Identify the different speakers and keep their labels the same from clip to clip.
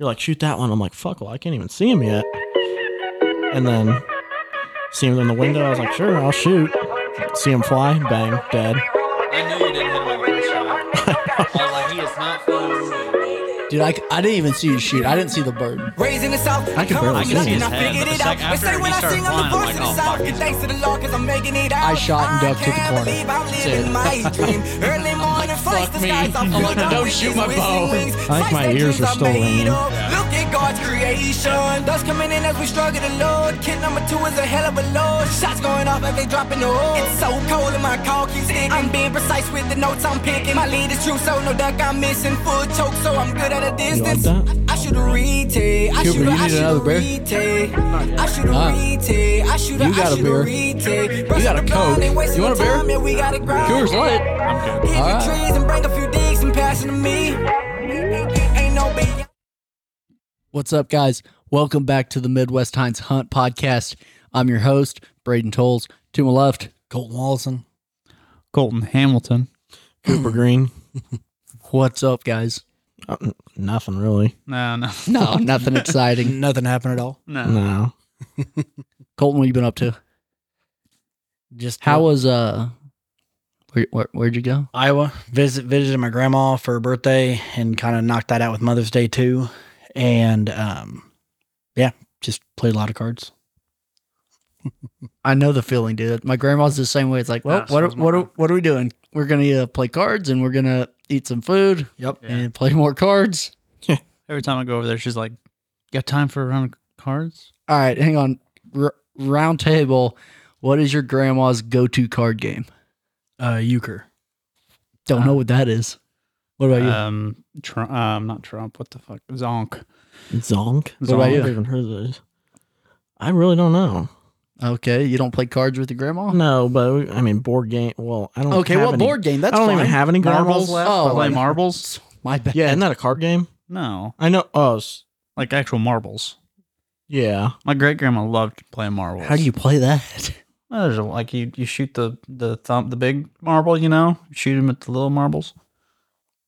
Speaker 1: You're like, shoot that one. I'm like, fuck, well, I can't even see him yet. And then see him in the window. I was like, sure, I'll shoot. See him fly, bang, dead.
Speaker 2: I knew you didn't hit him with a shot. I was like, he is not flying.
Speaker 3: Dude, I, I didn't even see you shoot. I didn't see the bird.
Speaker 4: Raised in the south,
Speaker 1: I can barely
Speaker 4: I
Speaker 1: see his
Speaker 4: I
Speaker 2: head,
Speaker 4: figured
Speaker 2: but
Speaker 4: it
Speaker 2: the
Speaker 4: out.
Speaker 2: sec
Speaker 4: They
Speaker 2: after
Speaker 4: say
Speaker 2: he
Speaker 4: when I
Speaker 2: started
Speaker 4: sing, I'm the
Speaker 2: flying, I'm like,
Speaker 4: voice of the
Speaker 2: oh,
Speaker 4: south.
Speaker 2: fuck,
Speaker 4: Give
Speaker 2: he's
Speaker 4: thanks to the Lord, cause I'm making it out.
Speaker 3: I shot and ducked to the
Speaker 4: can't
Speaker 3: corner.
Speaker 4: believe I'm
Speaker 3: That's
Speaker 4: living
Speaker 3: it.
Speaker 4: my dream. Early morning, first
Speaker 3: fuck
Speaker 4: the
Speaker 3: me.
Speaker 4: skies are
Speaker 3: I'm
Speaker 4: filled
Speaker 3: like,
Speaker 4: up
Speaker 3: don't
Speaker 4: with
Speaker 3: shoot
Speaker 4: these
Speaker 3: my
Speaker 4: whistling
Speaker 3: bow.
Speaker 4: wings.
Speaker 1: I think
Speaker 4: Sights
Speaker 1: my
Speaker 4: and
Speaker 1: ears
Speaker 4: dreams
Speaker 1: are still
Speaker 4: made
Speaker 1: ringing.
Speaker 4: of. Look at God's creation. Dust coming in as we struggle to load. Kid number two is a hell of a load. Shots going off as they drop in the hole. It's so cold and my call keeps sticking. I'm being precise with the notes I'm picking. My lead is true, so no duck I'm missing. Full choke, so I'm good at a
Speaker 1: You like
Speaker 4: distance.
Speaker 1: that?
Speaker 4: I should have retake. eh. I
Speaker 3: Cooper,
Speaker 4: should
Speaker 3: you
Speaker 4: have
Speaker 3: need another beer?
Speaker 4: retake. eh. I should
Speaker 3: Ah.
Speaker 4: have retake. eh. I should have
Speaker 3: You got a beer.
Speaker 4: eh.
Speaker 3: You got a Coke. You want a beer?
Speaker 4: Yeah, we got a grind.
Speaker 3: Yours what?
Speaker 2: I'm good.
Speaker 4: Hit the
Speaker 3: Alright.
Speaker 4: trees and bring a few digs and pass 'em to me. Ain't no beyond.
Speaker 3: What's up, guys? Welcome back to the Midwest Hines Hunt podcast. I'm your host, Braden Tolles. To my left, Colton Wallison.
Speaker 5: Colton Hamilton.
Speaker 1: Cooper Green.
Speaker 3: What's up, guys?
Speaker 1: Uh, n- nothing really.
Speaker 5: No, no,
Speaker 3: No, nothing exciting.
Speaker 6: Nothing happened at all.
Speaker 5: no.
Speaker 1: No.
Speaker 3: Colton, what you been up to?
Speaker 6: Just
Speaker 3: How was uh? Where, where where'd you go?
Speaker 6: Iowa? Visit visited my grandma for her birthday and kind of knocked that out with Mother's Day too. And um, yeah, just played a lot of cards.
Speaker 3: I know the feeling, dude. My grandma's the same way. It's like, well,
Speaker 5: Yeah, so
Speaker 3: what are,
Speaker 5: is my
Speaker 3: what are,
Speaker 5: mom.
Speaker 3: what are we doing? We're gonna uh, play cards and we're gonna eat some food
Speaker 6: Yep.
Speaker 5: Yeah.
Speaker 3: and play more cards.
Speaker 5: Every time I go over there, she's like, "Got time for a round of cards?"
Speaker 3: All right, hang on. R- round table. What is your grandma's go-to card game?
Speaker 6: Uh, euchre.
Speaker 3: Don't
Speaker 1: Uh,
Speaker 3: know what that is.
Speaker 6: What
Speaker 3: Oh,
Speaker 6: about you?
Speaker 5: Um, Trump. Um, not Trump. What the fuck? Zonk.
Speaker 1: Zonk. Zonk.
Speaker 5: What about
Speaker 1: I
Speaker 3: you?
Speaker 1: never even heard of those. I really don't know.
Speaker 3: Uh, Okay, you don't play cards with your grandma.
Speaker 1: No, but we- Mm, I mean board game. Well, I don't.
Speaker 3: Oh. Okay,
Speaker 1: have
Speaker 3: well,
Speaker 1: any-
Speaker 3: board game. That's
Speaker 1: I don't
Speaker 3: fine.
Speaker 1: even have any marbles
Speaker 5: Marbles.
Speaker 1: left.
Speaker 3: Oh,
Speaker 1: but,
Speaker 5: Play
Speaker 1: like,
Speaker 5: marbles?
Speaker 3: My bad.
Speaker 1: yeah, isn't that a card game?
Speaker 5: No,
Speaker 1: I know. Oh, s-
Speaker 5: like actual marbles.
Speaker 1: yeah.
Speaker 5: My great grandma loved playing marbles.
Speaker 3: How do you play that?
Speaker 5: Well, there's a, like you you shoot the the thumb the big marble, you know, shoot him at the little marbles.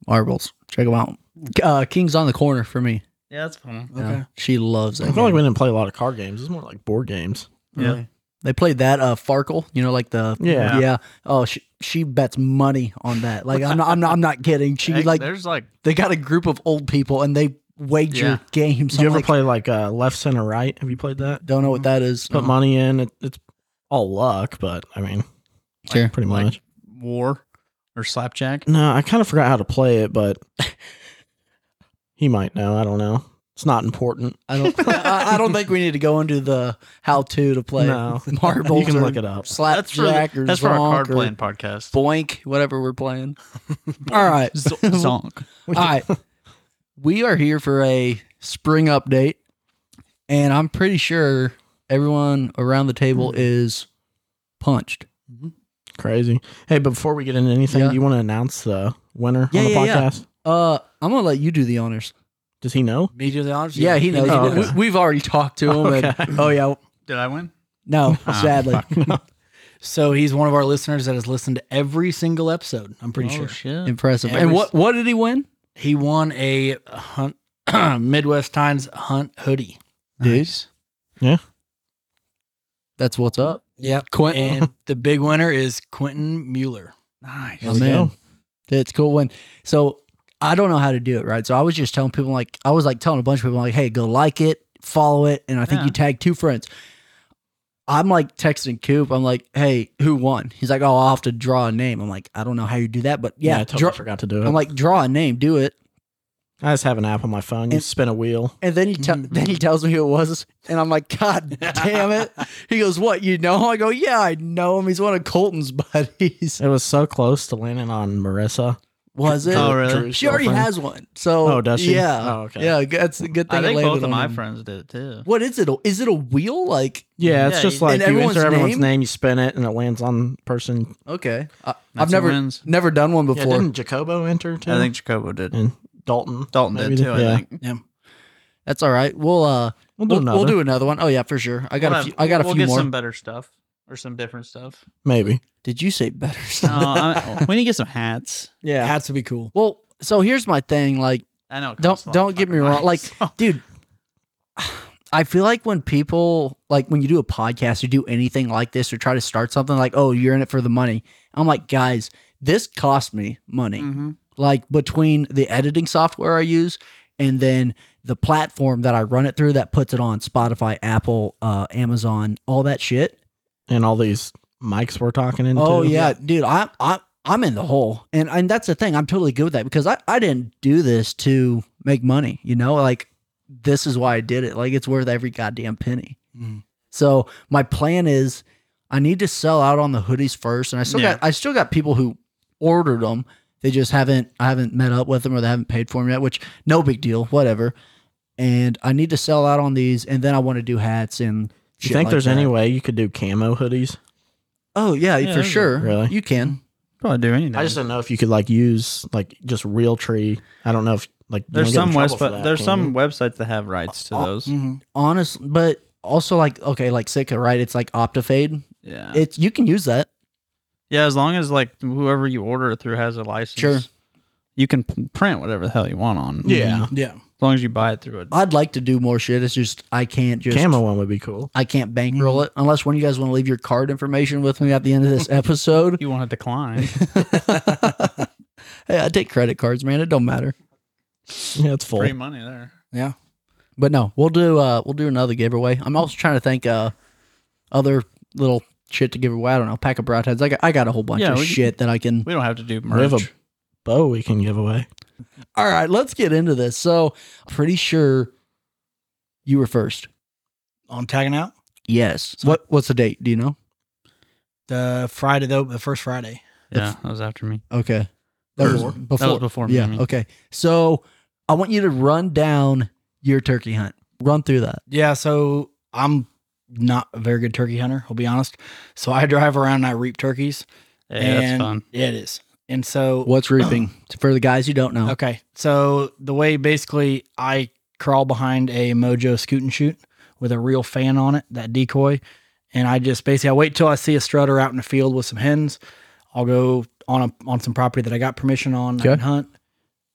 Speaker 3: Marbles. Check them out. Uh, King's on the corner for me.
Speaker 5: Yeah, that's fun.
Speaker 6: okay.
Speaker 3: Yeah, she loves
Speaker 1: I
Speaker 3: that.
Speaker 1: feel like
Speaker 3: game.
Speaker 1: we didn't play a lot of card games. It's more like board games.
Speaker 5: Yeah.
Speaker 3: They played that uh Farkle, you know, like the
Speaker 1: Yeah.
Speaker 3: yeah. Oh, she, she bets money on that. Like I'm not, I'm not, I'm not kidding. She
Speaker 5: Hey,
Speaker 3: like
Speaker 5: there's like
Speaker 3: they got a group of old people and they wager
Speaker 5: Yeah.
Speaker 3: games.
Speaker 1: Did you
Speaker 3: I'm
Speaker 1: ever
Speaker 3: like,
Speaker 1: play like uh, left, center, right? Have you played that?
Speaker 3: Don't know what that is.
Speaker 1: Put money in. It, it's all luck, but I mean,
Speaker 3: Sure.
Speaker 1: pretty
Speaker 5: Like-
Speaker 1: much.
Speaker 5: war or slapjack.
Speaker 1: No, I kind of forgot how to play it, but he might know. I don't know. It's not important.
Speaker 3: I don't. I, I don't think we need to go into the how to to play
Speaker 1: No.
Speaker 3: marbles.
Speaker 1: you can
Speaker 3: or
Speaker 1: look it up.
Speaker 5: That's for
Speaker 3: slapjack or
Speaker 5: that's for our
Speaker 3: zonk
Speaker 5: card
Speaker 3: or
Speaker 5: playing podcast.
Speaker 3: boink, whatever we're playing. All right,
Speaker 5: Z- zonk.
Speaker 3: all right. We are here for a spring update, and I'm pretty sure everyone around the
Speaker 1: Hmm.
Speaker 3: table is punched.
Speaker 1: Crazy. Hey, but before we get into anything,
Speaker 3: Yeah.
Speaker 1: do you want to announce the winner
Speaker 3: Yeah,
Speaker 1: on the
Speaker 3: yeah, yeah.
Speaker 1: podcast?
Speaker 3: Uh, I'm gonna let you do the honors.
Speaker 1: Does he know?
Speaker 6: Me do the honors.
Speaker 3: Yeah, he knows.
Speaker 1: Oh,
Speaker 3: He knows.
Speaker 1: okay.
Speaker 3: We, have already talked to him. and-
Speaker 1: Okay.
Speaker 3: oh yeah,
Speaker 5: Did I win?
Speaker 3: no, sadly.
Speaker 6: So he's one of our listeners that has listened to every single episode. I'm pretty sure
Speaker 5: shit.
Speaker 3: Impressive.
Speaker 6: Every-
Speaker 3: and what what did he win?
Speaker 6: he won a hunt Midwest Times hunt hoodie.
Speaker 5: Nice.
Speaker 3: That's what's up.
Speaker 6: Yep.
Speaker 3: Quentin.
Speaker 6: And the big winner is Quentin Mueller.
Speaker 5: Nice.
Speaker 3: Oh,
Speaker 1: we go.
Speaker 3: That's a cool one. So I don't know how to do it, right? So I was just telling people like I was like telling a bunch of people like, hey, go like it, follow it, and I think
Speaker 5: Yeah.
Speaker 3: you tag two friends. I'm like texting Coop. I'm like, hey, who won? He's like, oh, I'll have to draw a name. I'm like, I don't know how you do that, but yeah,
Speaker 1: I totally
Speaker 3: draw-
Speaker 1: forgot to do it.
Speaker 3: I'm like, draw a name, do it.
Speaker 1: I just have an app on my phone. You
Speaker 3: And-
Speaker 1: spin a wheel.
Speaker 3: And then he te- then he tells me who it was, and I'm like, God damn it! He goes, What you know? I go, Yeah, I know him. He's one of Colton's buddies.
Speaker 1: It was so close to landing on Marissa.
Speaker 3: Was it?
Speaker 5: Oh, really?
Speaker 3: She already has one. So
Speaker 1: Oh, does she?
Speaker 3: Yeah.
Speaker 1: Oh, okay.
Speaker 3: Yeah, g- that's a good thing.
Speaker 5: I
Speaker 3: it
Speaker 5: think
Speaker 3: landed
Speaker 5: both of
Speaker 3: on
Speaker 5: my
Speaker 3: him.
Speaker 5: friends did it too.
Speaker 3: What is it? Is it a wheel? Like
Speaker 1: Yeah, it's
Speaker 5: Yeah,
Speaker 1: just
Speaker 5: you-
Speaker 1: like
Speaker 3: and
Speaker 1: you
Speaker 3: everyone's
Speaker 1: enter everyone's
Speaker 3: name?
Speaker 1: name? you spin it, and it lands on the person.
Speaker 3: okay, I, I've
Speaker 5: That's who
Speaker 3: never
Speaker 5: wins.
Speaker 3: never done one
Speaker 1: Yeah,
Speaker 3: before.
Speaker 1: didn't Jacobo enter too?
Speaker 5: I think Jacobo did.
Speaker 1: and Dalton.
Speaker 5: Dalton
Speaker 1: maybe
Speaker 5: did too.
Speaker 1: yeah.
Speaker 5: I think.
Speaker 3: that's all right. We'll uh
Speaker 1: We'll do
Speaker 3: we'll,
Speaker 1: another.
Speaker 3: we'll do another one. Oh yeah, for sure. I got
Speaker 5: We'll
Speaker 3: a few,
Speaker 5: have-
Speaker 3: I got a
Speaker 5: we'll
Speaker 3: few
Speaker 5: get
Speaker 3: more.
Speaker 5: some better stuff or some different stuff.
Speaker 1: Maybe.
Speaker 3: Did you say better?
Speaker 5: No, I, we need to get some hats.
Speaker 1: Yeah.
Speaker 6: Hats would be cool.
Speaker 3: well, so here's my thing. Like
Speaker 5: I know. it
Speaker 3: Don't
Speaker 5: costs a lot
Speaker 3: don't
Speaker 5: of
Speaker 3: get me
Speaker 5: fucking
Speaker 3: wrong.
Speaker 5: money,
Speaker 3: Like,
Speaker 5: so-
Speaker 3: dude, I feel like when people like when you do a podcast or do anything like this or try to start something like, oh, you're in it for the money. I'm like, guys, this cost me money.
Speaker 5: Mhm.
Speaker 3: Like between the editing software I use and then the platform that I run it through that puts it on Spotify, Apple, uh, Amazon, all that shit.
Speaker 1: and all these mics we're talking into.
Speaker 3: Oh yeah, dude, I'm I'm I'm in the hole, and and that's the thing. I'm totally good with that because I I didn't do this to make money. You know, like this is why I did it. Like it's worth every goddamn penny.
Speaker 1: Mm.
Speaker 6: Mhm.
Speaker 3: So my plan is I need to sell out on the hoodies first, and I still
Speaker 5: Yeah.
Speaker 3: got I still got people who ordered them. They just haven't I haven't met up with them or they haven't paid for them yet, which no big deal, whatever. And I need to sell out on these, and then I want to do hats and.
Speaker 1: Do you
Speaker 3: shit
Speaker 1: think
Speaker 3: like
Speaker 1: there's
Speaker 3: that.
Speaker 1: any way you could do camo hoodies?
Speaker 3: Oh yeah,
Speaker 5: Yeah,
Speaker 3: for
Speaker 5: there's a-
Speaker 3: sure.
Speaker 1: Really?
Speaker 3: you can.
Speaker 5: Probably do anything.
Speaker 1: I just didn't know if you could like use like just real tree. I don't know if like you
Speaker 5: there's
Speaker 1: don't get in
Speaker 5: some
Speaker 1: trouble for
Speaker 5: west, but
Speaker 1: that,
Speaker 5: there's
Speaker 1: can
Speaker 5: some
Speaker 1: you?
Speaker 5: websites that have rights to those.
Speaker 3: mm-hmm. honest, but also like okay, like Sitka, right? It's like Optifade.
Speaker 5: Yeah,
Speaker 3: It's you can use that.
Speaker 5: yeah. As long as like whoever you order it through has a license,
Speaker 3: Sure.
Speaker 5: you can p- print whatever the hell you want on.
Speaker 1: yeah
Speaker 6: Yeah.
Speaker 5: as long as you buy it through a
Speaker 3: I'd like to do more shit. It's just I can't just
Speaker 1: camo one would be cool.
Speaker 3: I can't bankroll it unless one of you guys want to leave your card information with me at the end of this episode.
Speaker 5: You want to decline?
Speaker 3: hey, I take credit cards, man. It don't matter.
Speaker 1: Yeah, it's full.
Speaker 5: Free money there.
Speaker 3: But no, we'll do uh we'll do another giveaway. I'm also trying to think uh other little shit to give away. I don't know, pack of broad heads. I got I got a whole bunch
Speaker 5: Yeah,
Speaker 3: of
Speaker 5: we-
Speaker 3: shit that I can
Speaker 5: We don't have to do
Speaker 1: We
Speaker 5: merch.
Speaker 1: have a bow we can give away.
Speaker 3: All right, let's get into this. So pretty sure you were first.
Speaker 6: On tagging out
Speaker 3: Yes. what what's the date? Do you know?
Speaker 6: the Friday though, the first Friday.
Speaker 5: yeah, that was after me.
Speaker 3: Okay. That was
Speaker 5: Before.
Speaker 3: before.
Speaker 5: That was before me.
Speaker 3: yeah.
Speaker 5: I mean.
Speaker 3: Okay. So I want you to run down your turkey hunt. Run through that.
Speaker 6: Yeah. So I'm not a very good turkey hunter. I'll be honest. So I drive around and I reap turkeys.
Speaker 5: Yeah, that's
Speaker 6: and-
Speaker 5: fun.
Speaker 6: Yeah, it is. And so
Speaker 3: What's reaping? For the guys who don't know.
Speaker 6: Okay. So the way basically I crawl behind a Mojo scoot and shoot with a real fan on it, that decoy, and I just basically I wait till I see a strutter out in the field with some hens. I'll go on a, on some property that I got permission on I
Speaker 3: Okay.
Speaker 6: can hunt,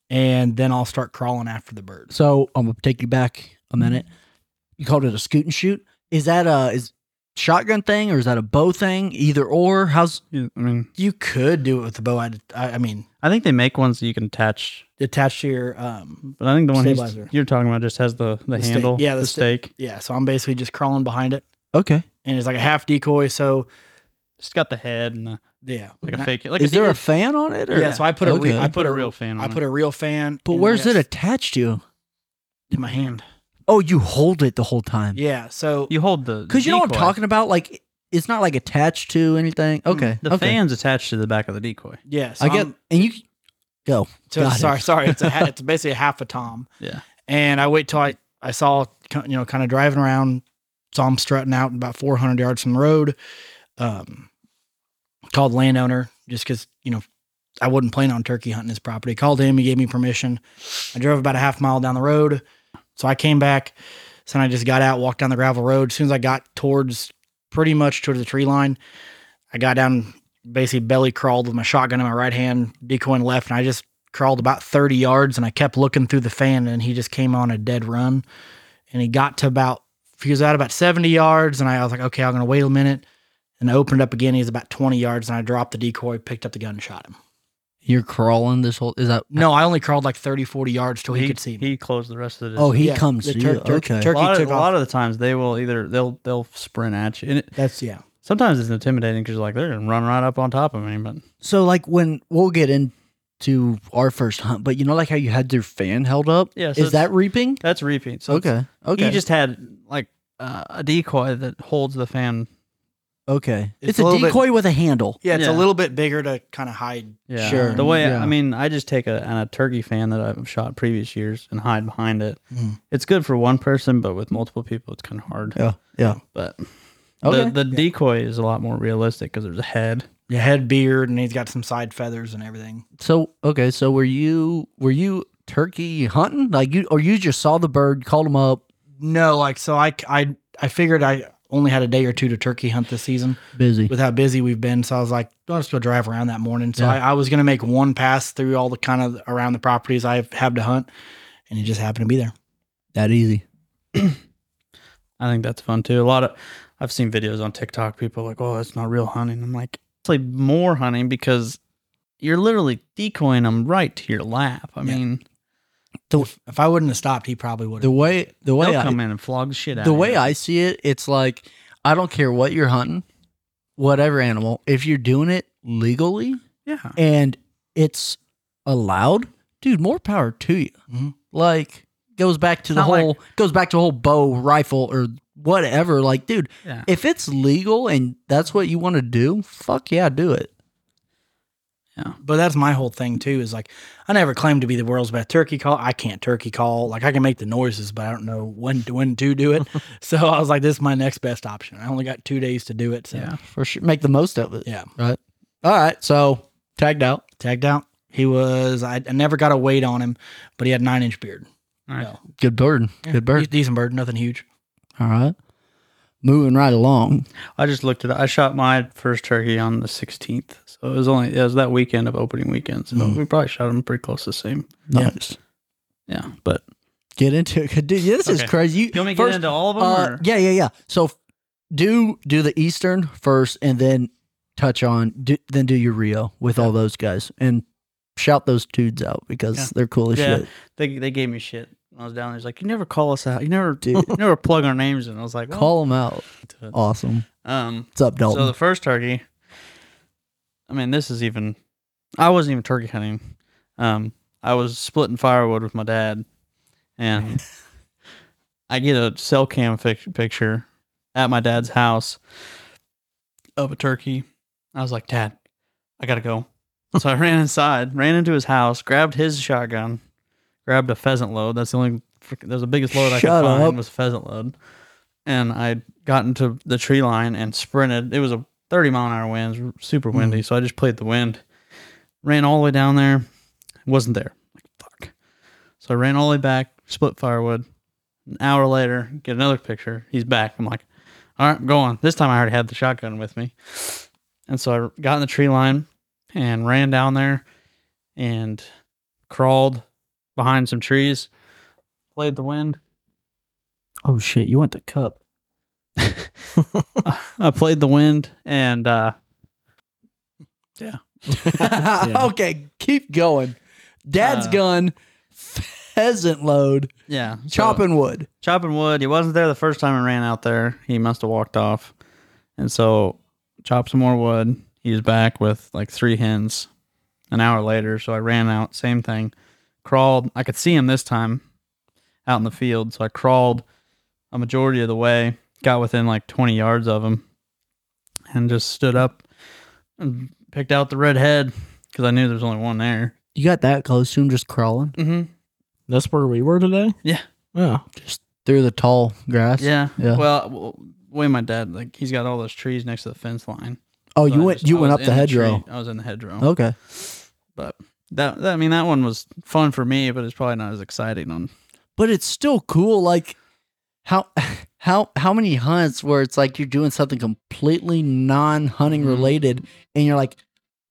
Speaker 6: and then I'll start crawling after the birds.
Speaker 3: So I'm gonna take you back a minute. You called it a scoot and shoot. Is that a is shotgun thing or is that a bow thing? Either or? How's
Speaker 5: Yeah, I mean,
Speaker 6: You could do it with the bow. I, I, I mean,
Speaker 5: I think they make ones that you can attach,
Speaker 6: attached to your um,
Speaker 5: but I think the one he's,
Speaker 6: Stabilizer.
Speaker 5: you're talking about just has the, the,
Speaker 6: The stake.
Speaker 5: handle.
Speaker 6: Yeah,
Speaker 5: the,
Speaker 6: the sta-
Speaker 5: stake.
Speaker 6: yeah. So I'm basically just crawling behind it,
Speaker 3: okay.
Speaker 6: and it's like a half decoy. So
Speaker 5: It's got the head and the,
Speaker 6: yeah,
Speaker 5: like a fake. Like
Speaker 3: is there a
Speaker 5: deer-
Speaker 3: fan on it? Or?
Speaker 6: yeah. So I put a re-
Speaker 3: Okay.
Speaker 6: I
Speaker 5: You put a real fan. On
Speaker 6: I put
Speaker 5: it.
Speaker 6: a real fan.
Speaker 3: But
Speaker 6: in
Speaker 3: where's it
Speaker 6: this-
Speaker 3: attached to?
Speaker 6: in my hand?
Speaker 3: Oh, you hold it the whole time.
Speaker 6: Yeah. So
Speaker 5: You hold the
Speaker 3: Because you know what I'm
Speaker 5: decoy.
Speaker 3: talking about? Like, it's not like attached to anything. Okay.
Speaker 5: The
Speaker 3: okay.
Speaker 5: fan's attached to the back of the decoy.
Speaker 6: yeah. So
Speaker 3: I get,
Speaker 6: I'm-
Speaker 3: and you, go.
Speaker 6: so-
Speaker 3: got it.
Speaker 6: sorry, sorry. It's a ha- it's basically a half a tom.
Speaker 5: Yeah.
Speaker 6: And I wait till I I saw ki- you know kind of driving around, saw him strutting out about 400 yards from the road. Um, called landowner just because you know I wasn't planning on turkey hunting his property. Called him. He gave me permission. I drove about a half mile down the road, so I came back. So then I just got out, walked down the gravel road. As soon as I got towards pretty much towards the tree line, I got down, basically belly crawled with my shotgun in my right hand, decoy in the left, and I just crawled about 30 yards and I kept looking through the fan and he just came on a dead run. And he got to about, he was out about 70 yards and I was like, okay, I'm going to wait a minute. And I opened up again. He was about 20 yards and I dropped the decoy, picked up the gun and shot him.
Speaker 3: You're crawling this whole, is that,
Speaker 6: No, I only crawled like 30, 40 yards till he, could see me.
Speaker 5: He closed the rest of the.
Speaker 3: oh, he
Speaker 6: Yeah,
Speaker 3: comes
Speaker 6: the
Speaker 3: to
Speaker 6: tur-
Speaker 3: you.
Speaker 6: tur-
Speaker 3: okay.
Speaker 5: a
Speaker 6: turkey
Speaker 5: lot, of,
Speaker 6: took
Speaker 5: a
Speaker 6: off.
Speaker 5: lot of the times they will either they'll they'll sprint at you, and it,
Speaker 6: That's, yeah.
Speaker 5: sometimes it's intimidating because like they're gonna run right up on top of me. But
Speaker 3: so, like, when we'll get into our first hunt, but you know, like how you had your fan held up?
Speaker 5: Yeah, so
Speaker 3: is that
Speaker 5: it's-
Speaker 3: reaping?
Speaker 5: that's repeat. So it's-
Speaker 3: okay. Okay.
Speaker 5: He just had like uh, a decoy that holds the fan.
Speaker 3: okay.
Speaker 6: It's
Speaker 3: It's, a
Speaker 6: a little bit-
Speaker 3: decoy with a handle.
Speaker 6: Yeah. It's
Speaker 5: Yeah.
Speaker 6: a little bit bigger to kind of hide.
Speaker 5: Yeah.
Speaker 3: Sure,
Speaker 5: The way
Speaker 3: yeah.
Speaker 5: I mean, I just take a, a turkey fan that I've shot previous years and hide behind it. It's good for one person, but with multiple people, it's kind of hard.
Speaker 3: Hmm. Yeah. Yeah.
Speaker 5: But
Speaker 3: Okay.
Speaker 5: the, the decoy is a lot more realistic because there's a head.
Speaker 6: Your head beard and he's got some side feathers and everything.
Speaker 3: So okay, so were you were you turkey hunting? Like you or you just saw the bird, called him up,
Speaker 6: No, like so I I I figured I only had a day or two to turkey hunt this season
Speaker 3: busy.
Speaker 6: with how busy we've been. So I was like, I'll just go drive around that morning. So I, I was gonna make one pass through all the kind of around the properties I have to hunt. and it just happened to be there.
Speaker 3: That easy.
Speaker 5: I think that's fun too. A lot of I've seen videos on TikTok. People are like, oh, that's not real hunting. I'm like, it's like more hunting because you're literally decoying them right to your lap. I
Speaker 6: Yeah.
Speaker 5: mean,
Speaker 6: if, if I wouldn't have stopped, he probably would
Speaker 3: The
Speaker 6: have.
Speaker 3: way the way
Speaker 5: they'll
Speaker 3: I,
Speaker 5: come in and flog the shit out.
Speaker 3: the
Speaker 5: of
Speaker 3: way
Speaker 5: you.
Speaker 3: I see it, it's like I don't care what you're hunting, whatever animal, if you're doing it legally
Speaker 5: yeah,
Speaker 3: and it's allowed, dude, more power to you.
Speaker 6: Mhm.
Speaker 3: Like goes back to the
Speaker 5: Mm-hmm. not like-
Speaker 3: whole goes back to the whole bow, rifle, or whatever. Like, dude,
Speaker 5: yeah.
Speaker 3: if it's legal and that's what you want to do, fuck yeah, do it.
Speaker 6: But that's my whole thing too. Is like I never claimed to be the world's best turkey call. I can't turkey call. Like I can make the noises, but I don't know when to, when to do it. so I was like, this is my next best option. I only got two days to do it. So
Speaker 5: Yeah.
Speaker 3: For sure. Make the most of it.
Speaker 6: Yeah.
Speaker 3: Right. All right. So tagged out.
Speaker 6: tagged out. He was. I, I never got a weight on him, but he had nine inch beard.
Speaker 5: Nice.
Speaker 6: No.
Speaker 3: Good bird.
Speaker 6: Yeah,
Speaker 3: Good bird.
Speaker 6: de- Decent bird. Nothing huge.
Speaker 3: All right. Moving right along.
Speaker 5: I just looked at it. I shot my first turkey on the 16th, so it was only it was that weekend of opening weekend. So
Speaker 3: Mm-hmm.
Speaker 5: we probably shot them pretty close to the same.
Speaker 3: Nice.
Speaker 5: Yeah, but
Speaker 3: Get into it. Dude, this is
Speaker 5: Okay.
Speaker 3: crazy. You,
Speaker 5: you want me to
Speaker 3: first-
Speaker 5: get into all of them?
Speaker 3: uh, yeah, yeah, yeah. So f- do do the Eastern first and then touch on do, then do your Rio with all those guys and shout those dudes out because
Speaker 5: Yeah.
Speaker 3: they're cool as
Speaker 5: Yeah.
Speaker 3: shit.
Speaker 5: They, they gave me shit. when I was down there. He's like, you never call us out. You never do. You never plug our names in. I was like, well,
Speaker 3: Call them out.
Speaker 5: to it.
Speaker 3: Awesome.
Speaker 5: Um,
Speaker 3: What's up, Dalton?
Speaker 5: so the first turkey. I mean, this is even. I wasn't even turkey hunting. Um, I was splitting firewood with my dad, and I get a cell cam fic- picture at my dad's house of a turkey. I was like, Dad, I gotta go. So I ran inside, ran into his house, grabbed his shotgun, grabbed a pheasant load. That's the only, frick- that was the biggest load I
Speaker 3: Shut
Speaker 5: could find
Speaker 3: up.
Speaker 5: was pheasant load. And I got into the tree line and sprinted. It was a 30 mile an hour wind, it was super
Speaker 3: Hmm.
Speaker 5: windy. So I just played the wind, ran all the way down there, wasn't there. Like, fuck. So I ran all the way back, split firewood. An hour later, get another picture. He's back. I'm like, all right, I'm going. This time I already had the shotgun with me. And so I got in the tree line and ran down there and crawled behind some trees, played the wind. Oh shit, you went to cup. I played the wind and uh
Speaker 3: okay, keep going. Dad's
Speaker 5: Uh,
Speaker 3: gun, pheasant load,
Speaker 5: yeah, so-
Speaker 3: chopping wood.
Speaker 5: chopping wood. He wasn't there the first time I ran out there. He must have walked off. And so chopped some more wood. He was back with like three hens an hour later. So I ran out, same thing. Crawled. I could see him this time out in the field. So I crawled a majority of the way, got within like 20 yards of him, and just stood up and picked out the red head because I knew there was only one there.
Speaker 3: You got that close to him just crawling
Speaker 5: Mm-hmm.
Speaker 1: That's where we were today? Oh.
Speaker 5: Yeah.
Speaker 1: Yeah.
Speaker 3: through the tall grass.
Speaker 5: Yeah.
Speaker 3: Yeah.
Speaker 5: Well, w- way my dad like he's got all those trees next to the fence line.
Speaker 3: oh,
Speaker 5: So
Speaker 3: you
Speaker 5: I
Speaker 3: went
Speaker 5: just-
Speaker 3: you
Speaker 5: I
Speaker 3: went up
Speaker 5: was in
Speaker 3: the hedgerow. Oh.
Speaker 5: tree. I was in the hedgerow.
Speaker 3: Okay.
Speaker 5: But that, that I mean that one was fun for me, but it's probably not as exciting on
Speaker 3: But it's still cool like how how how many hunts where it's like you're doing something completely
Speaker 5: Mm-hmm.
Speaker 3: non-hunting related and you're like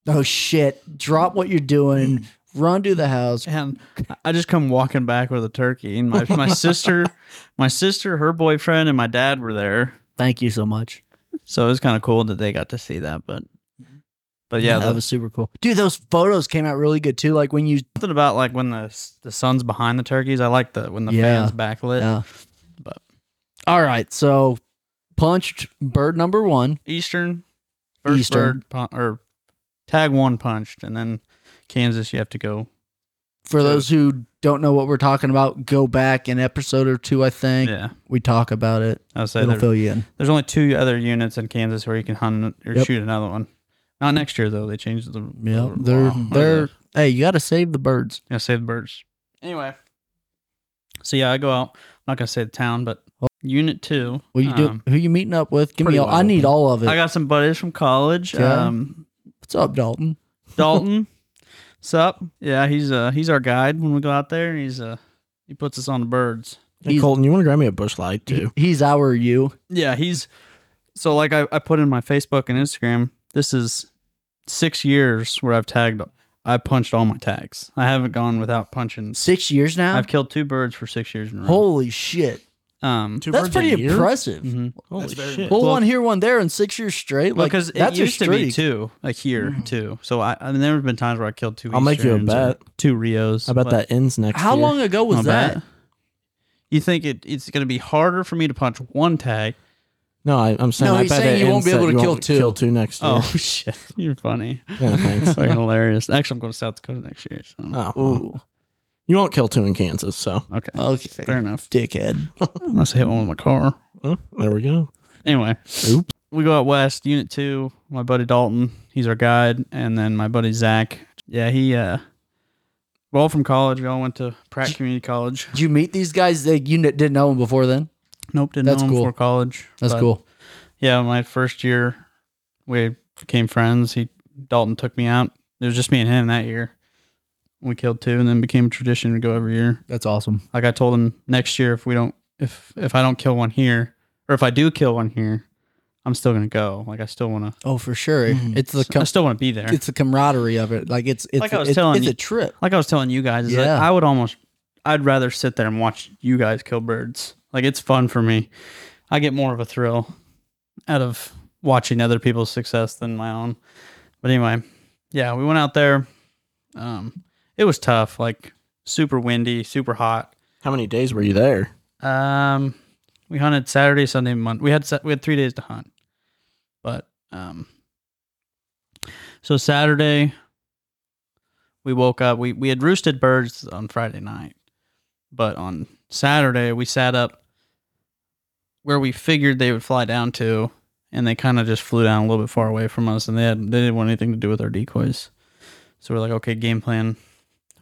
Speaker 3: oh shit, drop what you're doing, run to the house.
Speaker 5: and I- I just come walking back with a turkey and my, my sister my sister, her boyfriend and my dad were there.
Speaker 3: Thank you so much.
Speaker 5: So it was kinda cool that they got to see that, but but yeah,
Speaker 3: that
Speaker 5: the-
Speaker 3: was super cool. Dude, those photos came out really good too like when you
Speaker 5: something about like when the s- the sun's behind the turkeys. I like the when the
Speaker 3: Yeah.
Speaker 5: fans backlit.
Speaker 3: Yeah.
Speaker 5: But-
Speaker 3: uh, all right, so punched bird number one.
Speaker 5: Eastern, first
Speaker 3: Eastern.
Speaker 5: bird pun- or tag one punched, and then Kansas you have to go.
Speaker 3: For those who don't know what we're talking about, go back an episode or two. I think
Speaker 5: Yeah,
Speaker 3: we talk about it.
Speaker 5: I would say
Speaker 3: It'll
Speaker 5: there,
Speaker 3: fill you in.
Speaker 5: there's only two other units in Kansas where you can hunt or
Speaker 3: Yep.
Speaker 5: shoot another one. Not next year though; they changed the.
Speaker 3: Yeah,
Speaker 1: Oh,
Speaker 5: the
Speaker 3: they're
Speaker 5: law.
Speaker 3: they're. Hey, you got to save the birds.
Speaker 5: Yeah, save the birds. Anyway, so yeah, I go out. I'm not gonna say the town, but Unit Two.
Speaker 3: What Oh. you
Speaker 5: um,
Speaker 3: do? Who you meeting up with? Give me
Speaker 1: pretty
Speaker 3: all. I
Speaker 1: wild.
Speaker 3: need all of it.
Speaker 5: I got some buddies from college.
Speaker 3: Okay.
Speaker 5: Um,
Speaker 3: What's up, Dalton?
Speaker 5: Dalton. Sup? Yeah, he's uh he's our guide when we go out there and he's uh he puts us on the birds.
Speaker 1: Hey,
Speaker 3: He's-
Speaker 1: Colton, you want to grab me a bush light too?
Speaker 3: He's our you.
Speaker 5: Yeah, he's so like I, I put in my Facebook and Instagram, this is six years where I've tagged I punched all my tags. I haven't gone without punching.
Speaker 3: Six years now.
Speaker 5: I've killed two birds for six years in a row.
Speaker 3: Holy shit!
Speaker 5: um,
Speaker 1: Two
Speaker 3: That's
Speaker 1: birds a
Speaker 3: pretty
Speaker 1: year?
Speaker 3: impressive.
Speaker 5: mhm.
Speaker 1: Holy shit.
Speaker 3: Pull
Speaker 5: Well-
Speaker 3: one here, one there, in six years straight. Like
Speaker 5: because it
Speaker 3: that's
Speaker 5: used
Speaker 3: a
Speaker 5: to be
Speaker 3: streak.
Speaker 5: two, like here too. So I, I mean, there have been times where I killed two.
Speaker 1: I'll make you a
Speaker 5: Easterns or
Speaker 1: bet.
Speaker 5: Two Rios.
Speaker 1: I bet
Speaker 5: but-
Speaker 1: that ends next
Speaker 3: How
Speaker 1: year.
Speaker 3: long ago was
Speaker 5: I'll
Speaker 3: that?
Speaker 5: bet. You think it, it's going to be harder for me to punch one tag?
Speaker 1: No, I, I'm saying
Speaker 3: No,
Speaker 1: I
Speaker 3: he's
Speaker 1: bet
Speaker 3: saying
Speaker 1: it
Speaker 3: you won't
Speaker 1: ends
Speaker 3: be able
Speaker 1: that
Speaker 3: to
Speaker 1: you
Speaker 3: kill
Speaker 1: won't
Speaker 3: two.
Speaker 1: Kill two next year.
Speaker 5: Oh shit, you're funny.
Speaker 1: Yeah, thanks.
Speaker 5: Fucking hilarious. Actually, I'm going to South Dakota next year. So.
Speaker 1: Oh, well. You won't kill two in Kansas, so
Speaker 5: Okay.
Speaker 3: Okay.
Speaker 5: Fair enough.
Speaker 3: Dickhead.
Speaker 5: Unless I hit one with my car.
Speaker 1: well, there we go.
Speaker 5: Anyway,
Speaker 1: Oops.
Speaker 5: we go out west, Unit Two. My buddy Dalton, he's our guide, and then my buddy Zach. Yeah, he. uh We're all from college. We all went to Pratt Community College.
Speaker 3: Did you meet these guys that you kn- didn't know them before then?
Speaker 5: Nope, didn't
Speaker 3: That's
Speaker 5: know him
Speaker 3: cool.
Speaker 5: before college.
Speaker 3: That's
Speaker 5: but-
Speaker 3: cool.
Speaker 5: Yeah, my first year, we became friends. He Dalton took me out. It was just me and him that year. We killed two, and then became a tradition to go every year.
Speaker 3: That's awesome.
Speaker 5: Like I told him, next year if we don't, if if I don't kill one here, or if I do kill one here, I'm still gonna go. Like I still wanna,
Speaker 3: Oh, for sure. It's the
Speaker 5: I
Speaker 3: com-
Speaker 5: still wanna be there.
Speaker 3: it's the camaraderie of it. Like it's it's
Speaker 5: Like I was
Speaker 3: it's,
Speaker 5: telling
Speaker 3: it's
Speaker 5: you-
Speaker 3: a trip.
Speaker 5: like I was telling you guys, is
Speaker 3: Yeah.
Speaker 5: that I would almost, I'd rather sit there and watch you guys kill birds. Like it's fun for me. I get more of a thrill out of watching other people's success than my own. But anyway, yeah, we went out there. Um, it was tough, like super windy, super hot.
Speaker 1: How many days were you there?
Speaker 5: Um, we hunted Saturday, Sunday, Monday. We had sa- we had three days to hunt, but um, so Saturday we woke up. We we had roosted birds on Friday night, but on Saturday we sat up where we figured they would fly down to, and they kind of just flew down a little bit far away from us, and they had they didn't want anything to do with our decoys. So we're like, okay, game plan.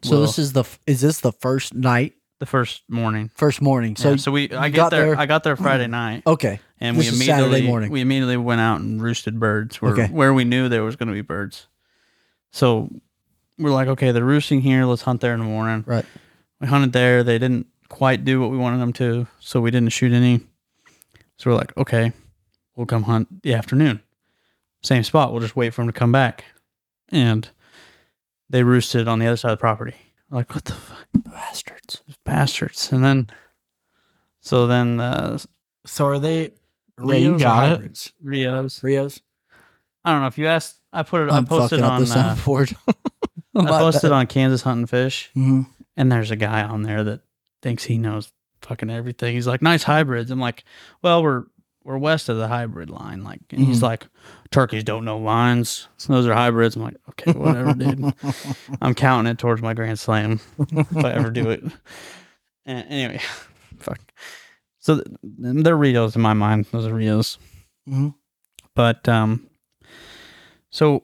Speaker 3: So this is the f- is this the first night,
Speaker 5: the first morning.
Speaker 3: first morning?
Speaker 5: So,
Speaker 3: So
Speaker 5: so we I
Speaker 3: you
Speaker 5: get
Speaker 3: got
Speaker 5: there.
Speaker 3: there-
Speaker 5: I got there Friday night.
Speaker 3: okay,
Speaker 5: and
Speaker 3: This
Speaker 5: we
Speaker 3: is
Speaker 5: immediately
Speaker 3: Saturday morning.
Speaker 5: we immediately went out and roosted birds where
Speaker 3: Okay.
Speaker 5: where we knew there was going to be birds. So we're like, okay, they're roosting here. Let's hunt there in the morning.
Speaker 3: right.
Speaker 5: We hunted there. They didn't quite do what we wanted them to, so we didn't shoot any. So we're like, okay, we'll come hunt the afternoon. Same spot. We'll just wait for them to come back. And they roosted on the other side of the property. We're like, what the fuck? Bastards. Bastards. And then, so then, uh,
Speaker 6: So are they
Speaker 1: Yeah, you got it.
Speaker 6: hybrids?
Speaker 5: Rios.
Speaker 6: Rios.
Speaker 5: I don't know if you asked. I put it. i
Speaker 3: I'm
Speaker 5: posted
Speaker 3: fucking up
Speaker 5: on.
Speaker 3: the
Speaker 5: Uh,
Speaker 3: soundboard.
Speaker 5: I
Speaker 3: My
Speaker 5: posted
Speaker 3: bad.
Speaker 5: on Kansas hunting fish,
Speaker 6: Mhm.
Speaker 5: and there's a guy on there that thinks he knows fucking everything. He's like, "Nice hybrids." I'm like, "Well, we're we're west of the hybrid line." Like, and he's like, "Turkeys don't know lines. So those are hybrids." I'm like, "Okay, whatever, dude. I'm counting it towards my grand slam if I ever do it." And anyway, fuck. So th- they're Rios in my mind. Those are Rios.
Speaker 6: Mhm.
Speaker 5: But um, so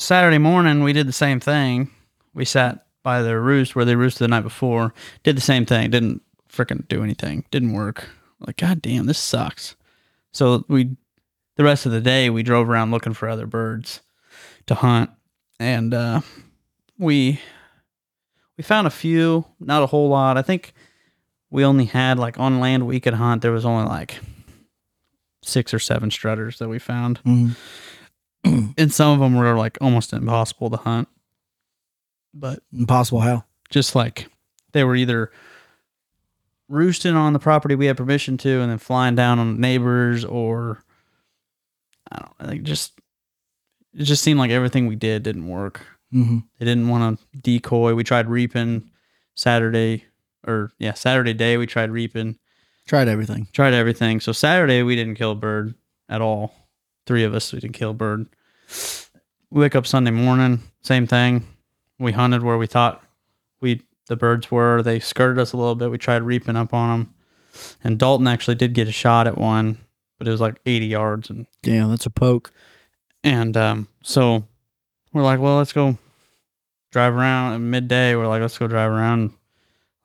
Speaker 5: Saturday morning we did the same thing. We sat by their roost where they roosted the night before. Did the same thing. Didn't frickin' do anything. Didn't work. Like god damn, this sucks. So we, the rest of the day we drove around looking for other birds to hunt, and uh, we we found a few, not a whole lot. I think we only had like on land we could hunt. There was only like six or seven strutters that we found,
Speaker 6: Mhm.
Speaker 5: and some of them were like almost impossible to hunt. But
Speaker 6: Impossible how?
Speaker 5: just like they were either roosting on the property we had permission to, and then flying down on neighbors, or I don't like just it just seemed like everything we did didn't work.
Speaker 6: Mm-hmm.
Speaker 5: They didn't want to decoy. We tried reaping Saturday or yeah, Saturday day we tried reaping,
Speaker 3: Tried everything.
Speaker 5: tried everything. So Saturday we didn't kill a bird at all. Three of us we didn't kill a bird. We wake up Sunday morning, same thing. We hunted where we thought we the birds were. They skirted us a little bit. We tried reaping up on them. And Dalton actually did get a shot at one, but it was like 80 yards and
Speaker 3: Damn, that's a poke.
Speaker 5: and um, so we're like, well, let's go drive around at midday. We're like, let's go drive around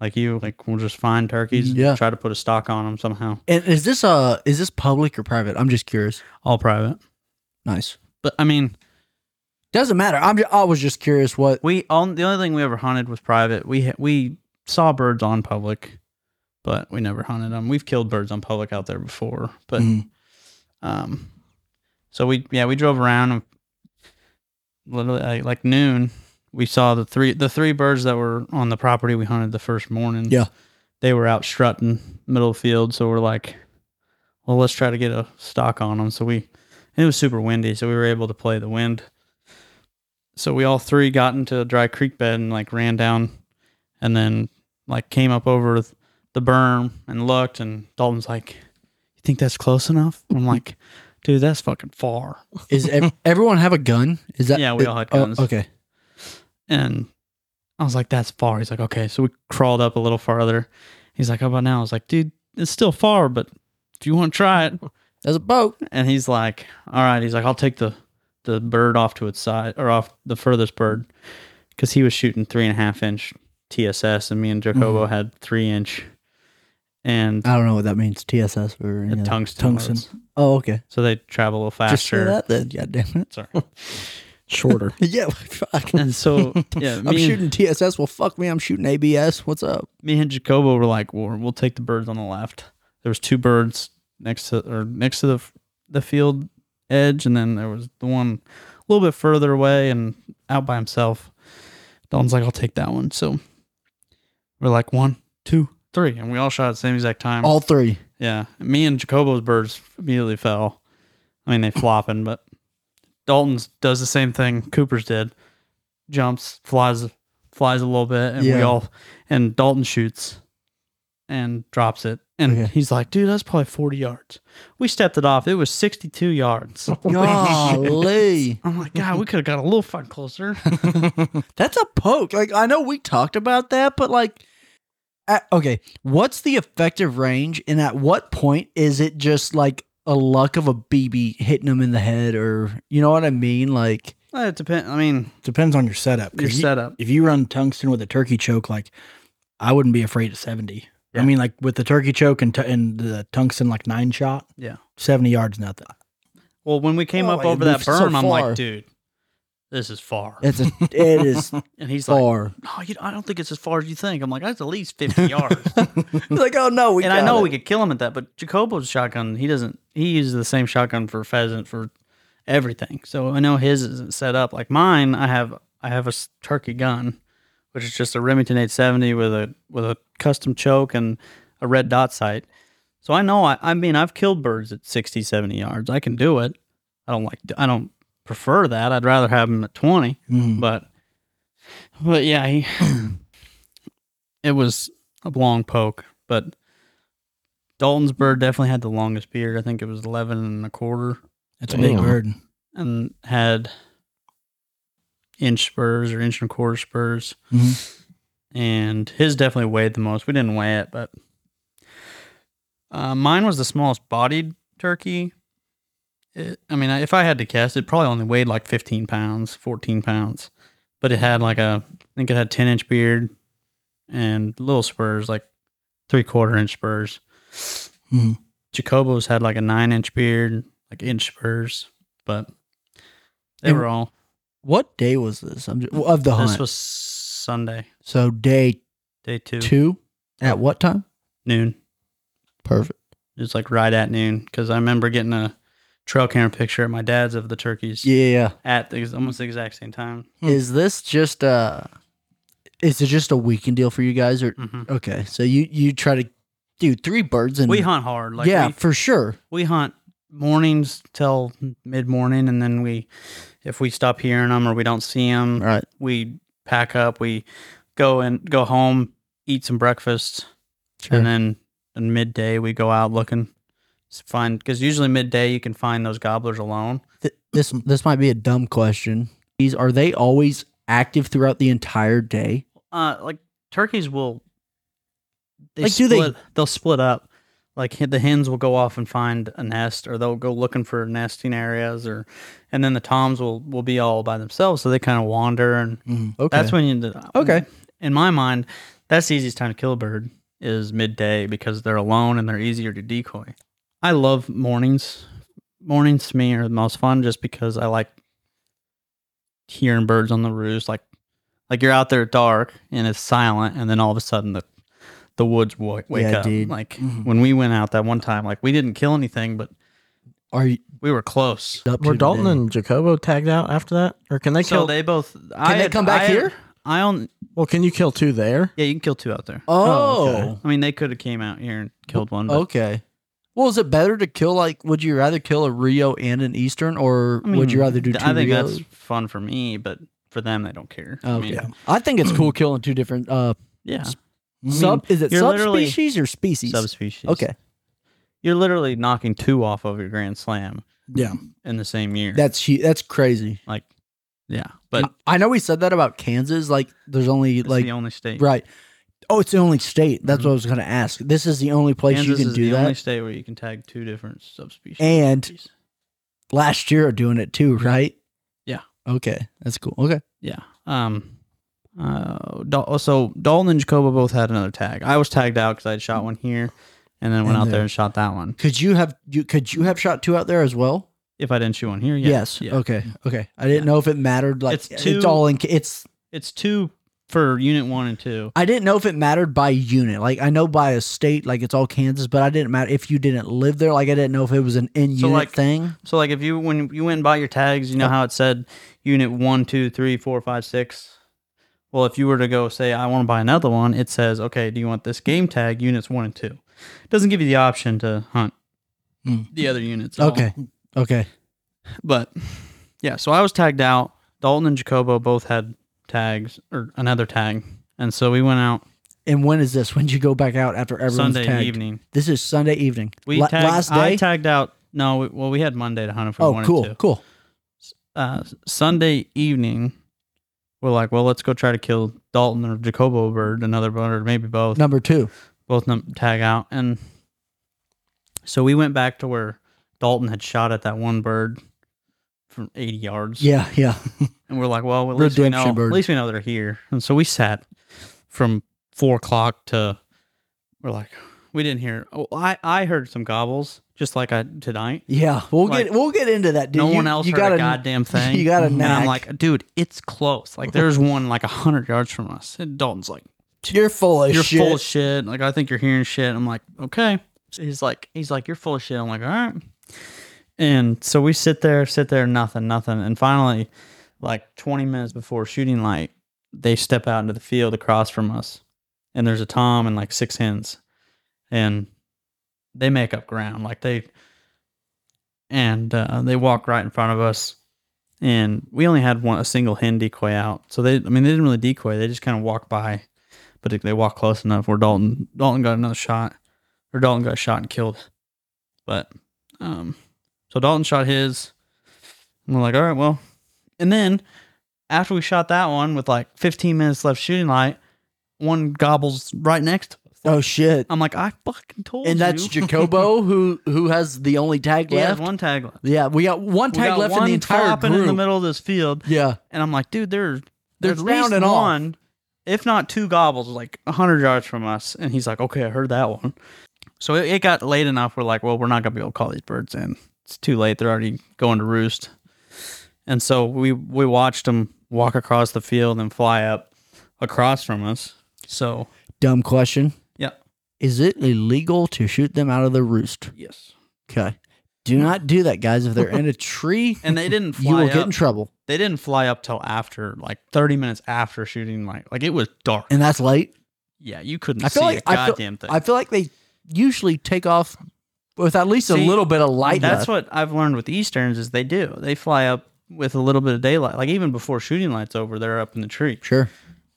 Speaker 5: like you. Like, we'll just find turkeys and
Speaker 3: Yeah.
Speaker 5: try to put a stock on them somehow.
Speaker 3: And is this uh is this public or private? I'm just curious.
Speaker 5: All private.
Speaker 3: Nice.
Speaker 5: But I mean,
Speaker 3: Doesn't matter. I'm ju- I was just curious what
Speaker 5: we all the only thing we ever hunted was private. We ha- we saw birds on public, but we never hunted them. We've killed birds on public out there before, but
Speaker 6: Mhm.
Speaker 5: um, so we yeah we drove around and literally like, like noon we saw the three the three birds that were on the property we hunted the first morning.
Speaker 3: Yeah.
Speaker 5: They were out strutting middle of the field, so we're like, well, let's try to get a stock on them. So we it was super windy, so we were able to play the wind. So we all three got into a dry creek bed and like ran down and then like came up over th- the berm and looked and Dalton's like, You think that's close enough? I'm like, dude, that's fucking far.
Speaker 3: Is ev- everyone have a gun? Is that
Speaker 5: Yeah, we all had
Speaker 3: oh,
Speaker 5: guns.
Speaker 3: okay.
Speaker 5: And I was like, that's far. He's like, okay. So we crawled up a little farther. He's like, how about now? I was like, dude, it's still far, but if you want to try it.
Speaker 3: There's a boat.
Speaker 5: And he's like, all right. He's like, I'll take the, the bird off to its side or off the furthest bird because he was shooting three and a half inch TSS and me and Jacobo
Speaker 3: Mm-hmm.
Speaker 5: had three inch. And
Speaker 3: I don't know what that means. TSS or
Speaker 5: the
Speaker 3: any other-
Speaker 5: tungsten.
Speaker 6: tungsten.
Speaker 5: loads.
Speaker 3: Oh, okay.
Speaker 5: So they travel a little
Speaker 3: Just say
Speaker 5: faster.
Speaker 3: that then. God damn it.
Speaker 5: Sorry.
Speaker 1: Shorter.
Speaker 3: yeah. Fuck.
Speaker 5: And so, yeah,
Speaker 3: I'm
Speaker 5: me,
Speaker 3: shooting
Speaker 5: and,
Speaker 3: TSS. Well, fuck me. I'm shooting ABS. What's up?
Speaker 5: me and Jacobo were like, well, we'll take the birds on the left. There was two birds next to or next to the f- the field edge, and then there was the one a little bit further away and out by himself. Dalton's like, I'll take that one. So we're like one, two, three, and we all shot at the same exact time.
Speaker 3: All three.
Speaker 5: Yeah. Me and Jacobo's birds immediately fell. I mean, they flopping, but Dalton's does the same thing Cooper's did. Jumps, flies, flies a little bit, and we
Speaker 3: Yeah.
Speaker 5: all, and Dalton shoots and drops it. And
Speaker 3: Okay.
Speaker 5: he's like, dude, that's probably 40 yards. We stepped it off. It was 62 yards.
Speaker 3: Golly.
Speaker 5: I'm like, God, we could have got a little fucking closer.
Speaker 3: That's a poke. Like I know we talked about that, but like, at, okay, what's the effective range, and at what point is it just like a luck of a BB hitting them in the head, or you know what I mean? Like,
Speaker 5: it depends. I mean,
Speaker 6: Depends on your setup. 'cause
Speaker 5: your
Speaker 6: you-
Speaker 5: setup.
Speaker 6: If you run tungsten with a turkey choke, like I wouldn't be afraid of seventy. I mean, like with the turkey choke and, t- and the tungsten, like nine shot,
Speaker 5: Yeah.
Speaker 6: seventy yards, nothing.
Speaker 5: Well, when we came
Speaker 3: Oh,
Speaker 5: up
Speaker 3: it
Speaker 5: over that
Speaker 3: moved so
Speaker 5: berm,
Speaker 3: far.
Speaker 5: I'm like, dude, this is far.
Speaker 3: it's a, it is
Speaker 5: And he's like,
Speaker 3: far.
Speaker 5: No, "Oh, you, I don't think it's as far as you think. I'm like, that's at least 50 yards.
Speaker 3: like, oh no, we
Speaker 5: and I
Speaker 3: got
Speaker 5: know
Speaker 3: it.
Speaker 5: we could kill him at that, but Jacobo's shotgun, he doesn't, he uses the same shotgun for pheasant for everything. So I know his isn't set up. Like mine, I have, I have a s- turkey gun, which is just a Remington 870 with a, with a custom choke and a red dot sight. So I know, I, I mean, I've killed birds at 60, 70 yards. I can do it. I don't like, I don't prefer that. I'd rather have them at 20
Speaker 6: Mm.
Speaker 5: but but yeah he, it was a long poke but dalton's bird definitely had the longest beard i think it was 11 and a quarter
Speaker 6: That's a big
Speaker 1: Damn.
Speaker 6: bird.
Speaker 5: and had inch spurs or inch and a quarter spurs and his definitely weighed the most we didn't weigh it but uh, mine was the smallest bodied turkey it, i mean if i had to guess it probably only weighed like 15 pounds 14 pounds but it had like a i think it had 10 inch beard and little spurs like three quarter inch spurs
Speaker 6: Mhm.
Speaker 5: jacobo's had like a nine inch beard like inch spurs but they
Speaker 3: And
Speaker 5: were all
Speaker 3: What day was this? I'm just, of the
Speaker 5: this
Speaker 3: hunt.
Speaker 5: was sunday
Speaker 3: so day
Speaker 5: day two,
Speaker 3: two. At what time?
Speaker 5: noon
Speaker 3: Perfect.
Speaker 5: it was like right at noon because i remember getting a trail camera picture at my dad's of the turkeys
Speaker 3: Yeah.
Speaker 5: at the, almost the exact same time
Speaker 3: Is this just a? Is it just a weekend deal for you guys, or
Speaker 5: Mhm.
Speaker 3: okay? So you you try to do three birds and
Speaker 5: we hunt hard like
Speaker 3: yeah,
Speaker 5: we,
Speaker 3: for sure.
Speaker 5: we hunt mornings till mid morning, and then we, if we stop hearing them or we don't see them,
Speaker 3: Right.
Speaker 5: we pack up, we go and go home, eat some breakfast, and then in midday we go out looking, s- find because usually midday you can find those gobblers alone.
Speaker 3: Th- this this might be a dumb question. These are they always active throughout the entire day?
Speaker 5: Uh, like turkeys will, they
Speaker 3: Like, do
Speaker 5: split,
Speaker 3: they-
Speaker 5: will split up. Like hi- the hens will go off and find a nest, or they'll go looking for nesting areas, or and then the toms will will be all by themselves, so they kind of wander and
Speaker 3: Okay,
Speaker 5: That's when you. the-
Speaker 3: Okay.
Speaker 5: In my mind, that's the easiest time to kill a bird is midday because they're alone and they're easier to decoy. I love mornings. Mornings to me are the most fun just because I like hearing birds on the roost. Like, like you're out there at dark and it's silent, and then all of a sudden the the woods wa- wake
Speaker 3: Yeah,
Speaker 5: up.
Speaker 3: dude. Mm-hmm.
Speaker 5: Like when we went out that one time, like we didn't kill anything, but
Speaker 3: are you
Speaker 5: We were close.
Speaker 3: up
Speaker 1: Were
Speaker 3: to
Speaker 1: Dalton
Speaker 3: today?
Speaker 1: and Jacobo tagged out after that, or can they
Speaker 5: So
Speaker 1: kill?
Speaker 5: they both. Can I
Speaker 3: they
Speaker 5: had-
Speaker 3: come back
Speaker 5: I had-
Speaker 3: here?
Speaker 5: I only.
Speaker 1: well, can you kill two there?
Speaker 5: Yeah, you can kill two out there.
Speaker 3: Oh,
Speaker 5: I mean, they could have came out here and killed one.
Speaker 3: okay.
Speaker 5: But
Speaker 3: Well, is it better to kill like? Would you rather kill a Rio and an Eastern, or
Speaker 5: I mean,
Speaker 3: would you rather do two
Speaker 5: I think
Speaker 3: Rios?
Speaker 5: that's fun for me, but for them, they don't care. I mean,
Speaker 3: Okay. I think it's cool killing two different uh
Speaker 5: yeah.
Speaker 3: sub is it
Speaker 5: you're literally-
Speaker 3: subspecies or species?
Speaker 5: Subspecies.
Speaker 3: Okay.
Speaker 5: You're literally knocking two off of your grand slam
Speaker 6: Yeah.
Speaker 5: in the same year.
Speaker 3: That's hu- that's crazy.
Speaker 5: like, yeah. But
Speaker 3: I know we said that about Kansas like there's only
Speaker 5: it's
Speaker 3: like
Speaker 5: the only state. Mm-hmm.
Speaker 3: right. Oh, it's the only state. That's what I was going to ask. This is the only place
Speaker 5: Kansas
Speaker 3: you can
Speaker 5: is
Speaker 3: do
Speaker 5: the
Speaker 3: that.
Speaker 5: only state where you can tag two different subspecies.
Speaker 3: And- Last year doing it too, right?
Speaker 5: Yeah.
Speaker 3: Okay. That's cool. Okay.
Speaker 5: yeah. Um. Uh. Dal- so Dalton and Jacobo both had another tag. I was tagged out because I had shot one here, and then went
Speaker 3: And
Speaker 5: out there
Speaker 3: there.
Speaker 5: and shot that one.
Speaker 3: Could you have you could you have shot two out there as well?
Speaker 5: If I didn't shoot one here, yeah,
Speaker 3: Yes.
Speaker 5: yeah. Mm-hmm.
Speaker 3: Okay. Okay. I didn't know if it mattered like
Speaker 5: It's
Speaker 3: it's,
Speaker 5: two-
Speaker 3: all in ca- it's
Speaker 5: It's two for unit one and two.
Speaker 3: I didn't know if it mattered by unit. Like I know by a state, like it's all Kansas, but I didn't matter if you didn't live there. Like I didn't know if it was an in unit
Speaker 5: So, like-
Speaker 3: thing.
Speaker 5: So like if you when you went and bought your tags, you know how it said unit one, two, three, four, five, six. Well, if you were to go say I want to buy another one, it says okay, do you want this game tag units one and two? It doesn't give you the option to hunt
Speaker 3: Hmm.
Speaker 5: the other units. at all.
Speaker 3: Okay. Okay.
Speaker 5: but yeah, so I was tagged out. Dalton and Jacobo both had tags or another tag, and so we went out
Speaker 3: And when is this? When did you go back out after everyone's
Speaker 5: Sunday
Speaker 3: tagged?
Speaker 5: evening.
Speaker 3: This is Sunday evening.
Speaker 5: We
Speaker 3: La-
Speaker 5: tagged,
Speaker 3: last day.
Speaker 5: I tagged out. No, we, well, we had Monday to hunt if we
Speaker 3: oh,
Speaker 5: wanted
Speaker 3: cool,
Speaker 5: to.
Speaker 3: cool.
Speaker 5: uh, Sunday evening, we're like, well, let's go try to kill Dalton or Jacobo bird, another bird, or maybe both.
Speaker 3: Number two.
Speaker 5: Both num- tag out, and so we went back to where Dalton had shot at that one bird from 80 yards.
Speaker 3: Yeah, yeah.
Speaker 5: and we're like, well, at least we
Speaker 3: Redemption
Speaker 5: know,
Speaker 3: bird.
Speaker 5: at least we know they're here. And so we sat from four o'clock to we're like, we didn't hear. Oh, I I heard some gobbles just like I tonight.
Speaker 3: Yeah. We'll
Speaker 5: Like,
Speaker 3: get we'll get into that, dude.
Speaker 5: no
Speaker 3: You-
Speaker 5: one else
Speaker 3: you
Speaker 5: heard
Speaker 3: got
Speaker 5: a goddamn thing.
Speaker 3: You got a
Speaker 5: And I'm
Speaker 3: knack.
Speaker 5: like, dude, it's close. Like, there's one like a hundred yards from us. And Dalton's like,
Speaker 3: You're full of
Speaker 5: you're
Speaker 3: shit.
Speaker 5: full of shit. Like, I think you're hearing shit. I'm like, okay. He's like, he's like, you're full of shit. I'm like, all right. And so we sit there, sit there, nothing, nothing. And finally, like 20 minutes before shooting light, they step out into the field across from us. And there's a Tom and like six hens. And they make up ground. Like they, and uh, they walk right in front of us. And we only had one a single hen decoy out, so they I mean they didn't really decoy. They just kind of walked by, but they- they walked close enough where Dalton Dalton got another shot, or Dalton got shot and killed. But um, so Dalton shot his. And we're like, all right, well, and then after we shot that one with like 15 minutes left shooting light, one gobbles right next. to us.
Speaker 3: Oh shit.
Speaker 5: I'm like, I fucking told
Speaker 3: And
Speaker 5: you.
Speaker 3: that's Jacobo who who has the only tag
Speaker 5: He has
Speaker 3: left.
Speaker 5: one tag left.
Speaker 3: Yeah, we got one
Speaker 5: We
Speaker 3: tag
Speaker 5: got
Speaker 3: left in
Speaker 5: one
Speaker 3: the entire
Speaker 5: flopping
Speaker 3: group.
Speaker 5: in the middle of this field,
Speaker 3: Yeah.
Speaker 5: and I'm like, dude, there's
Speaker 3: They're
Speaker 5: there's at least
Speaker 3: rounding off.
Speaker 5: one, if not two gobbles, like hundred yards from us. And he's like, okay, I heard that one. So it, it got late enough. We're like, well, we're not gonna be able to call these birds in. It's too late. They're already going to roost. And so we we watched them walk across the field and fly up across from us. So
Speaker 3: Dumb question.
Speaker 5: yeah,
Speaker 3: Is it illegal to shoot them out of the roost?
Speaker 5: yes.
Speaker 3: Okay. Do not do that, guys. If they're in a tree,
Speaker 5: And they didn't fly
Speaker 3: you will
Speaker 5: up.
Speaker 3: get in trouble.
Speaker 5: they didn't fly up till after like 30 minutes after shooting light. Like it was dark.
Speaker 3: And that's late.
Speaker 5: Yeah, you couldn't
Speaker 3: I feel
Speaker 5: see
Speaker 3: like
Speaker 5: a
Speaker 3: I feel,
Speaker 5: goddamn thing.
Speaker 3: I feel like they usually take off with at least
Speaker 5: See,
Speaker 3: a little bit of light.
Speaker 5: That's
Speaker 3: That's
Speaker 5: what I've learned with Easterns is they do. They fly up with a little bit of daylight. Like even before shooting light's over, they're up in the tree.
Speaker 3: sure.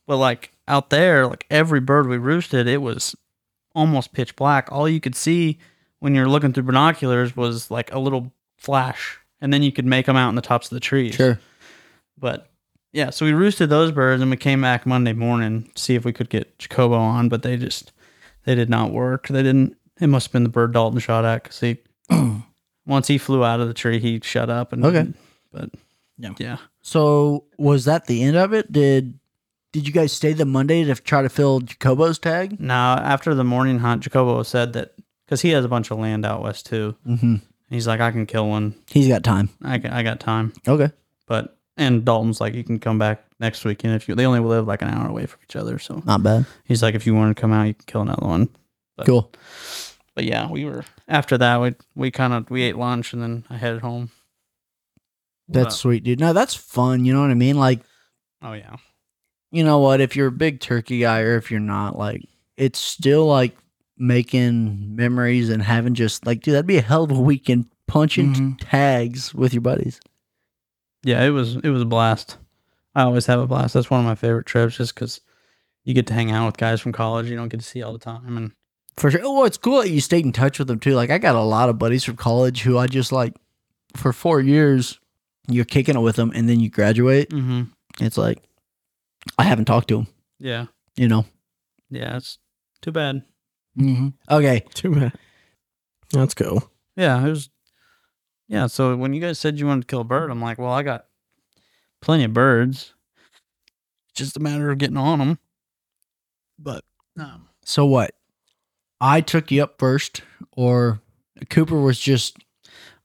Speaker 5: But like out there, like every bird we roosted, it was almost pitch black. All you could see when you're looking through binoculars was like a little flash, and then you could make them out in the tops of the trees.
Speaker 3: Sure.
Speaker 5: But yeah, so we roosted those birds and we came back Monday morning to see if we could get Jacobo on, but they just they did not work. They didn't. It must have been the bird Dalton shot at because he once he flew out of the tree, he shut up and
Speaker 3: Okay.
Speaker 5: But
Speaker 6: Yeah.
Speaker 5: yeah,
Speaker 3: So was that the end of it? Did did you guys stay the Monday to try to fill Jacobo's tag?
Speaker 5: now after the morning hunt, Jacobo said that because he has a bunch of land out west too.
Speaker 3: Mhm.
Speaker 5: He's like, I can kill one.
Speaker 3: He's got time.
Speaker 5: I can, I got time.
Speaker 3: Okay.
Speaker 5: But and Dalton's like, you can come back next weekend if you. They only live like an hour away from each other, so
Speaker 3: Not bad.
Speaker 5: he's like, if you want to come out, you can kill another one.
Speaker 3: Cool.
Speaker 5: But yeah, we were after that we we kind of we ate lunch and then I headed home.
Speaker 3: That's sweet, dude. No, that's fun. You know what I mean? Like,
Speaker 5: Oh yeah.
Speaker 3: you know what? If you're a big turkey guy or if you're not, like, it's still like making memories and having just like, dude, that'd be a hell of a weekend punching
Speaker 6: Mhm.
Speaker 3: tags with your buddies.
Speaker 5: Yeah, it was it was a blast. I always have a blast. That's one of my favorite trips just cuz you get to hang out with guys from college you don't get to see all the time and
Speaker 3: For sure. Oh, it's cool that you stayed in touch with them too. Like, I got a lot of buddies from college who I just like for four years, you're kicking it with them and then you graduate.
Speaker 5: mm-hmm.
Speaker 3: It's like, I haven't talked to them,
Speaker 5: yeah.
Speaker 3: you know?
Speaker 5: Yeah, it's too bad.
Speaker 6: Mm-hmm.
Speaker 3: Okay.
Speaker 1: Too bad. That's cool.
Speaker 5: Yeah, it was. Yeah, so when you guys said you wanted to kill a bird, I'm like, well, I got plenty of birds. Just a matter of getting on them. But um,
Speaker 3: So what? I took you up first, or Cooper was just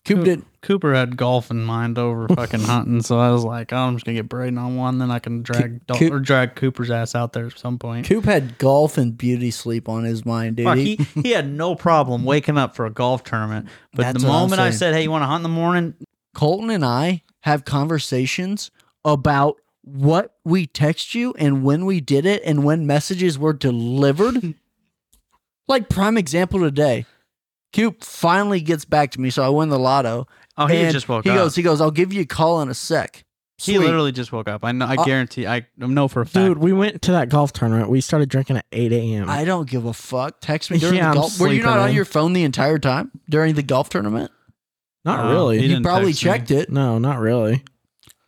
Speaker 3: Cooper
Speaker 5: Coop-
Speaker 3: did
Speaker 5: Cooper had golf in mind over fucking hunting, so I was like, oh, I'm just gonna get Braden on one, then I can drag Dal-
Speaker 3: Coop-
Speaker 5: or drag Cooper's ass out there at some point.
Speaker 3: Coop had golf and beauty sleep on his mind, dude.
Speaker 5: Fuck,
Speaker 3: He-
Speaker 5: he, he had no problem waking up for a golf tournament, but
Speaker 3: That's
Speaker 5: the
Speaker 3: what I'm
Speaker 5: moment I
Speaker 3: saying.
Speaker 5: said, "Hey, you want to hunt in the morning?"
Speaker 3: Colton and I have conversations about what we text you and when we did it and when messages were delivered. like prime example today. Coop finally gets back to me, so I win the lotto.
Speaker 5: Oh, he
Speaker 3: and
Speaker 5: just woke
Speaker 3: he
Speaker 5: up.
Speaker 3: goes, he goes, I'll give you a call in a sec.
Speaker 5: he
Speaker 3: Sweet.
Speaker 5: literally just woke up. I know, I
Speaker 3: Uh,
Speaker 5: guarantee. I know for a fact.
Speaker 1: Dude, we went to that golf tournament. We started drinking at 8 a.m.
Speaker 3: I don't give a fuck. Text me during
Speaker 1: Yeah,
Speaker 3: the
Speaker 1: I'm
Speaker 3: golf. Were you not
Speaker 1: sleeping
Speaker 3: on
Speaker 1: in.
Speaker 3: your phone the entire time during the golf tournament?
Speaker 1: Not
Speaker 5: No,
Speaker 1: really.
Speaker 5: Oh, he
Speaker 3: You
Speaker 5: didn't
Speaker 3: probably
Speaker 5: text me.
Speaker 3: checked it
Speaker 1: no, not really.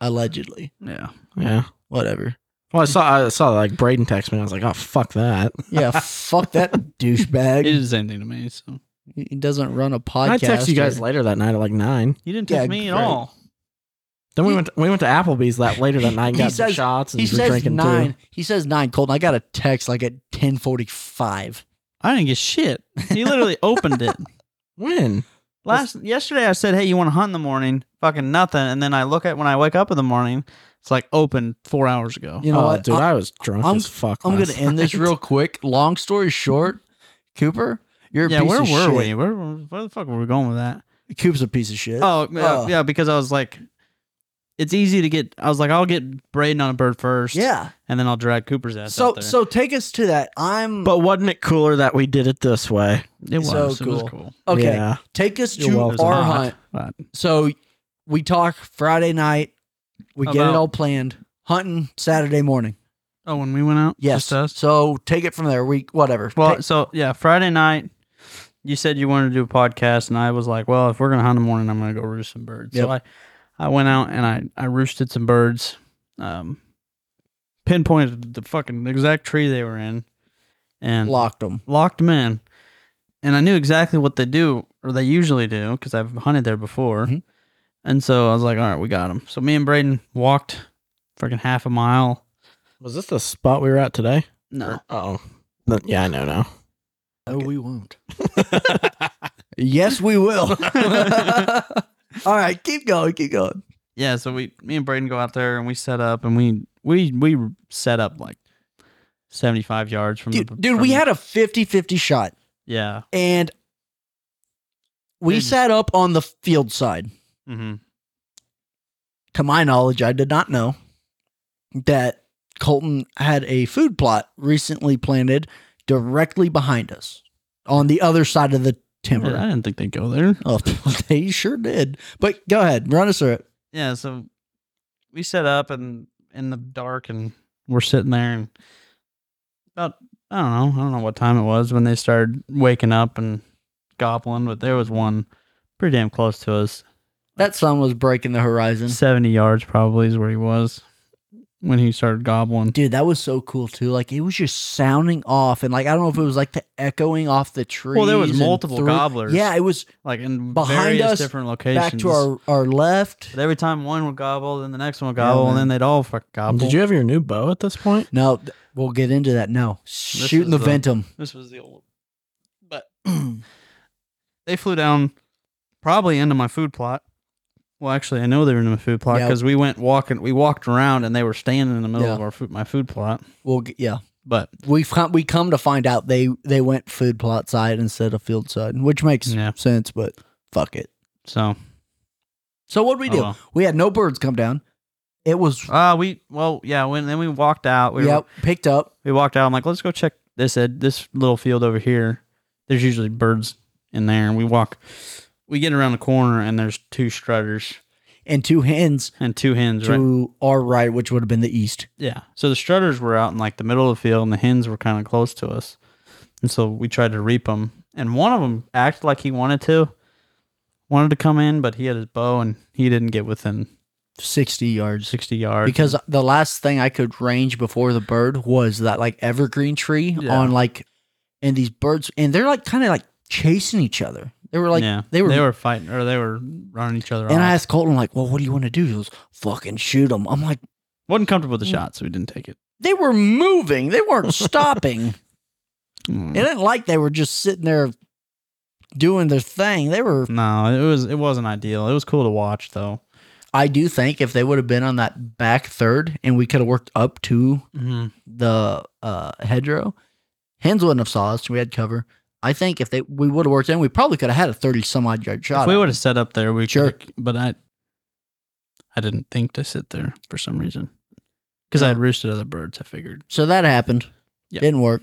Speaker 3: allegedly.
Speaker 5: yeah.
Speaker 1: Yeah.
Speaker 3: Whatever.
Speaker 1: Well, I saw I saw like Braden text me. I was like, oh fuck that.
Speaker 3: Yeah, fuck that douchebag.
Speaker 5: It is the same thing to me. So
Speaker 3: he doesn't run a podcast.
Speaker 1: I texted you guys
Speaker 3: or-
Speaker 1: later that night at like nine.
Speaker 5: you didn't
Speaker 3: Yeah,
Speaker 5: text me at
Speaker 3: great.
Speaker 5: all.
Speaker 1: Then we went to, we went to Applebee's that later that night. And
Speaker 3: He
Speaker 1: got
Speaker 3: says-
Speaker 1: shots and
Speaker 3: He
Speaker 1: were
Speaker 3: says
Speaker 1: drinking
Speaker 3: nine.
Speaker 1: too.
Speaker 3: He says nine. Colton, I got a text like at ten forty five.
Speaker 5: I didn't get shit. He literally opened it
Speaker 1: When?
Speaker 5: last yesterday. I said, "Hey, you want to hunt in the morning?" Fucking nothing. And then I look at when I wake up in the morning. It's like open four hours ago.
Speaker 3: You know
Speaker 1: oh,
Speaker 3: what,
Speaker 1: dude,
Speaker 3: I,
Speaker 1: I, was drunk
Speaker 3: I'm-
Speaker 1: as fuck.
Speaker 3: am
Speaker 1: last
Speaker 3: gonna end this
Speaker 1: night.
Speaker 3: real quick. Long story short, Cooper, you're a
Speaker 5: Yeah,
Speaker 3: piece
Speaker 5: where
Speaker 3: of
Speaker 5: were
Speaker 3: shit.
Speaker 5: we? Where, where the fuck were we going with that?
Speaker 3: Cooper's a piece of shit.
Speaker 5: Oh, yeah,
Speaker 3: Oh.
Speaker 5: yeah, because I was like, it's easy to get. I was like, I'll get Braden on a bird first.
Speaker 3: yeah.
Speaker 5: and then I'll drag Cooper's ass. out
Speaker 3: So
Speaker 5: there.
Speaker 3: so take us to that. I'm
Speaker 1: But wasn't it cooler that we did it this way?
Speaker 5: it was
Speaker 3: so
Speaker 5: It was
Speaker 3: cool.
Speaker 5: cool.
Speaker 3: okay.
Speaker 1: Yeah.
Speaker 3: Take us
Speaker 1: You're
Speaker 3: to
Speaker 5: It
Speaker 1: welcome.
Speaker 5: was
Speaker 3: our
Speaker 5: hot,
Speaker 3: hunt.
Speaker 5: but-
Speaker 3: So we talk Friday night. We get it
Speaker 5: About-
Speaker 3: all planned. Hunting Saturday morning.
Speaker 5: Oh, when we went out.
Speaker 3: Yes.
Speaker 5: Just us?
Speaker 3: So take it from there. We whatever.
Speaker 5: Well,
Speaker 3: Ta-
Speaker 5: so yeah, Friday night, you said you wanted to do a podcast, and I was like, well, if we're gonna hunt in the morning, I'm gonna go roost some birds. So I, I went out and I I roosted some birds, um, pinpointed the fucking exact tree they were in, and
Speaker 3: locked them.
Speaker 5: locked them in, and I knew exactly what they do or they usually do because I've hunted there before,
Speaker 3: Mhm.
Speaker 5: and so I was like, all right, we got them. So me and Braden walked, fucking half a mile.
Speaker 1: Was this the spot we were at today?
Speaker 5: No,
Speaker 1: Oh, yeah, I know now.
Speaker 3: No, Oh, we won't. yes, we will. all right, keep going, keep going.
Speaker 5: yeah so we me and braden go out there and we set up and we we we set up like 75 yards from the
Speaker 3: Dude, dude we
Speaker 5: from-
Speaker 3: had a 50-50 shot
Speaker 5: yeah
Speaker 3: and we
Speaker 5: Dude.
Speaker 3: sat up on the field side.
Speaker 5: mm-hmm.
Speaker 3: To my knowledge, I did not know that Colton had a food plot recently planted directly behind us on the other side of the timber.
Speaker 5: i didn't think they'd go there
Speaker 3: Oh, they sure did. But go ahead, run us through it.
Speaker 5: yeah so we set up and in the dark and we're sitting there and about i don't know i don't know what time it was when they started waking up and gobbling but there was one pretty damn close to us
Speaker 3: That sun was breaking the horizon.
Speaker 5: 70 yards probably is where he was when he started gobbling
Speaker 3: Dude, that was so cool too. Like it was just sounding off, and like I don't know if it was like the echoing off the tree.
Speaker 5: Well, there was multiple gobblers.
Speaker 3: Yeah, it was
Speaker 5: like in
Speaker 3: Behind
Speaker 5: various
Speaker 3: us,
Speaker 5: different locations
Speaker 3: back to our our left.
Speaker 5: But every time one would gobble, then the next one would gobble, and
Speaker 3: man.
Speaker 5: then they'd all fuck gobble.
Speaker 1: Did you have your new bow at this point?
Speaker 3: No, th- we'll get into that. No, shooting the,
Speaker 5: is uh, the-
Speaker 3: ventum.
Speaker 5: This was the old one. But they flew down probably into my food plot. Well, actually, I know they were in my food plot
Speaker 3: Yeah.
Speaker 5: because we went walking. We walked around, and they were standing in the middle
Speaker 3: Yeah.
Speaker 5: of our food, my food plot.
Speaker 3: We'll get, yeah.
Speaker 5: But
Speaker 3: we fi- we come to find out they they went food plot side instead of field side, which makes
Speaker 5: Yeah.
Speaker 3: sense. But fuck it.
Speaker 5: so
Speaker 3: So what we
Speaker 5: Oh,
Speaker 3: do?
Speaker 5: well.
Speaker 3: We had no birds come down. It was
Speaker 5: uh we well yeah when then we walked out we were-
Speaker 3: yeah picked up.
Speaker 5: we walked out I'm like let's go check this ed, this little field over here there's usually birds in there and we walk we get around the corner and there's two strutters
Speaker 3: and two hens
Speaker 5: and two hens right
Speaker 3: to our right, which would have been the east.
Speaker 5: yeah so the strutters were out in like the middle of the field and the hens were kind of close to us and so we tried to reap them and one of them acted like he wanted to wanted to come in but he had his bow and he didn't get within
Speaker 3: 60 yards
Speaker 5: 60 yards
Speaker 3: because the last thing i could range before the bird was that like evergreen tree
Speaker 5: Yeah.
Speaker 3: on like and these birds and they're like kind of like chasing each other they were like
Speaker 5: yeah
Speaker 3: they were,
Speaker 5: fighting or they were running each other
Speaker 3: and i
Speaker 5: off.
Speaker 3: asked colton like well what do you want to do he goes fucking shoot them i'm like
Speaker 5: wasn't comfortable
Speaker 3: Mm.
Speaker 5: with the shot so we didn't take it
Speaker 3: they were moving they weren't stopping it
Speaker 5: Mm.
Speaker 3: ain't like they were just sitting there doing their thing they were
Speaker 5: no it was it wasn't ideal it was cool to watch though
Speaker 3: i do think if they would have been on that back third and we could have worked up to
Speaker 5: mm-hmm.
Speaker 3: the uh hedgerow. Hens wouldn't have saw us. We had cover. I think if they we would have worked in, we probably could have had a thirty some odd yard shot.
Speaker 5: if we would have set up there we
Speaker 3: Sure.
Speaker 5: could but i i didn't think to sit there for some reason because i had roosted other birds i figured
Speaker 3: so that happened.
Speaker 5: Yeah.
Speaker 3: Didn't work.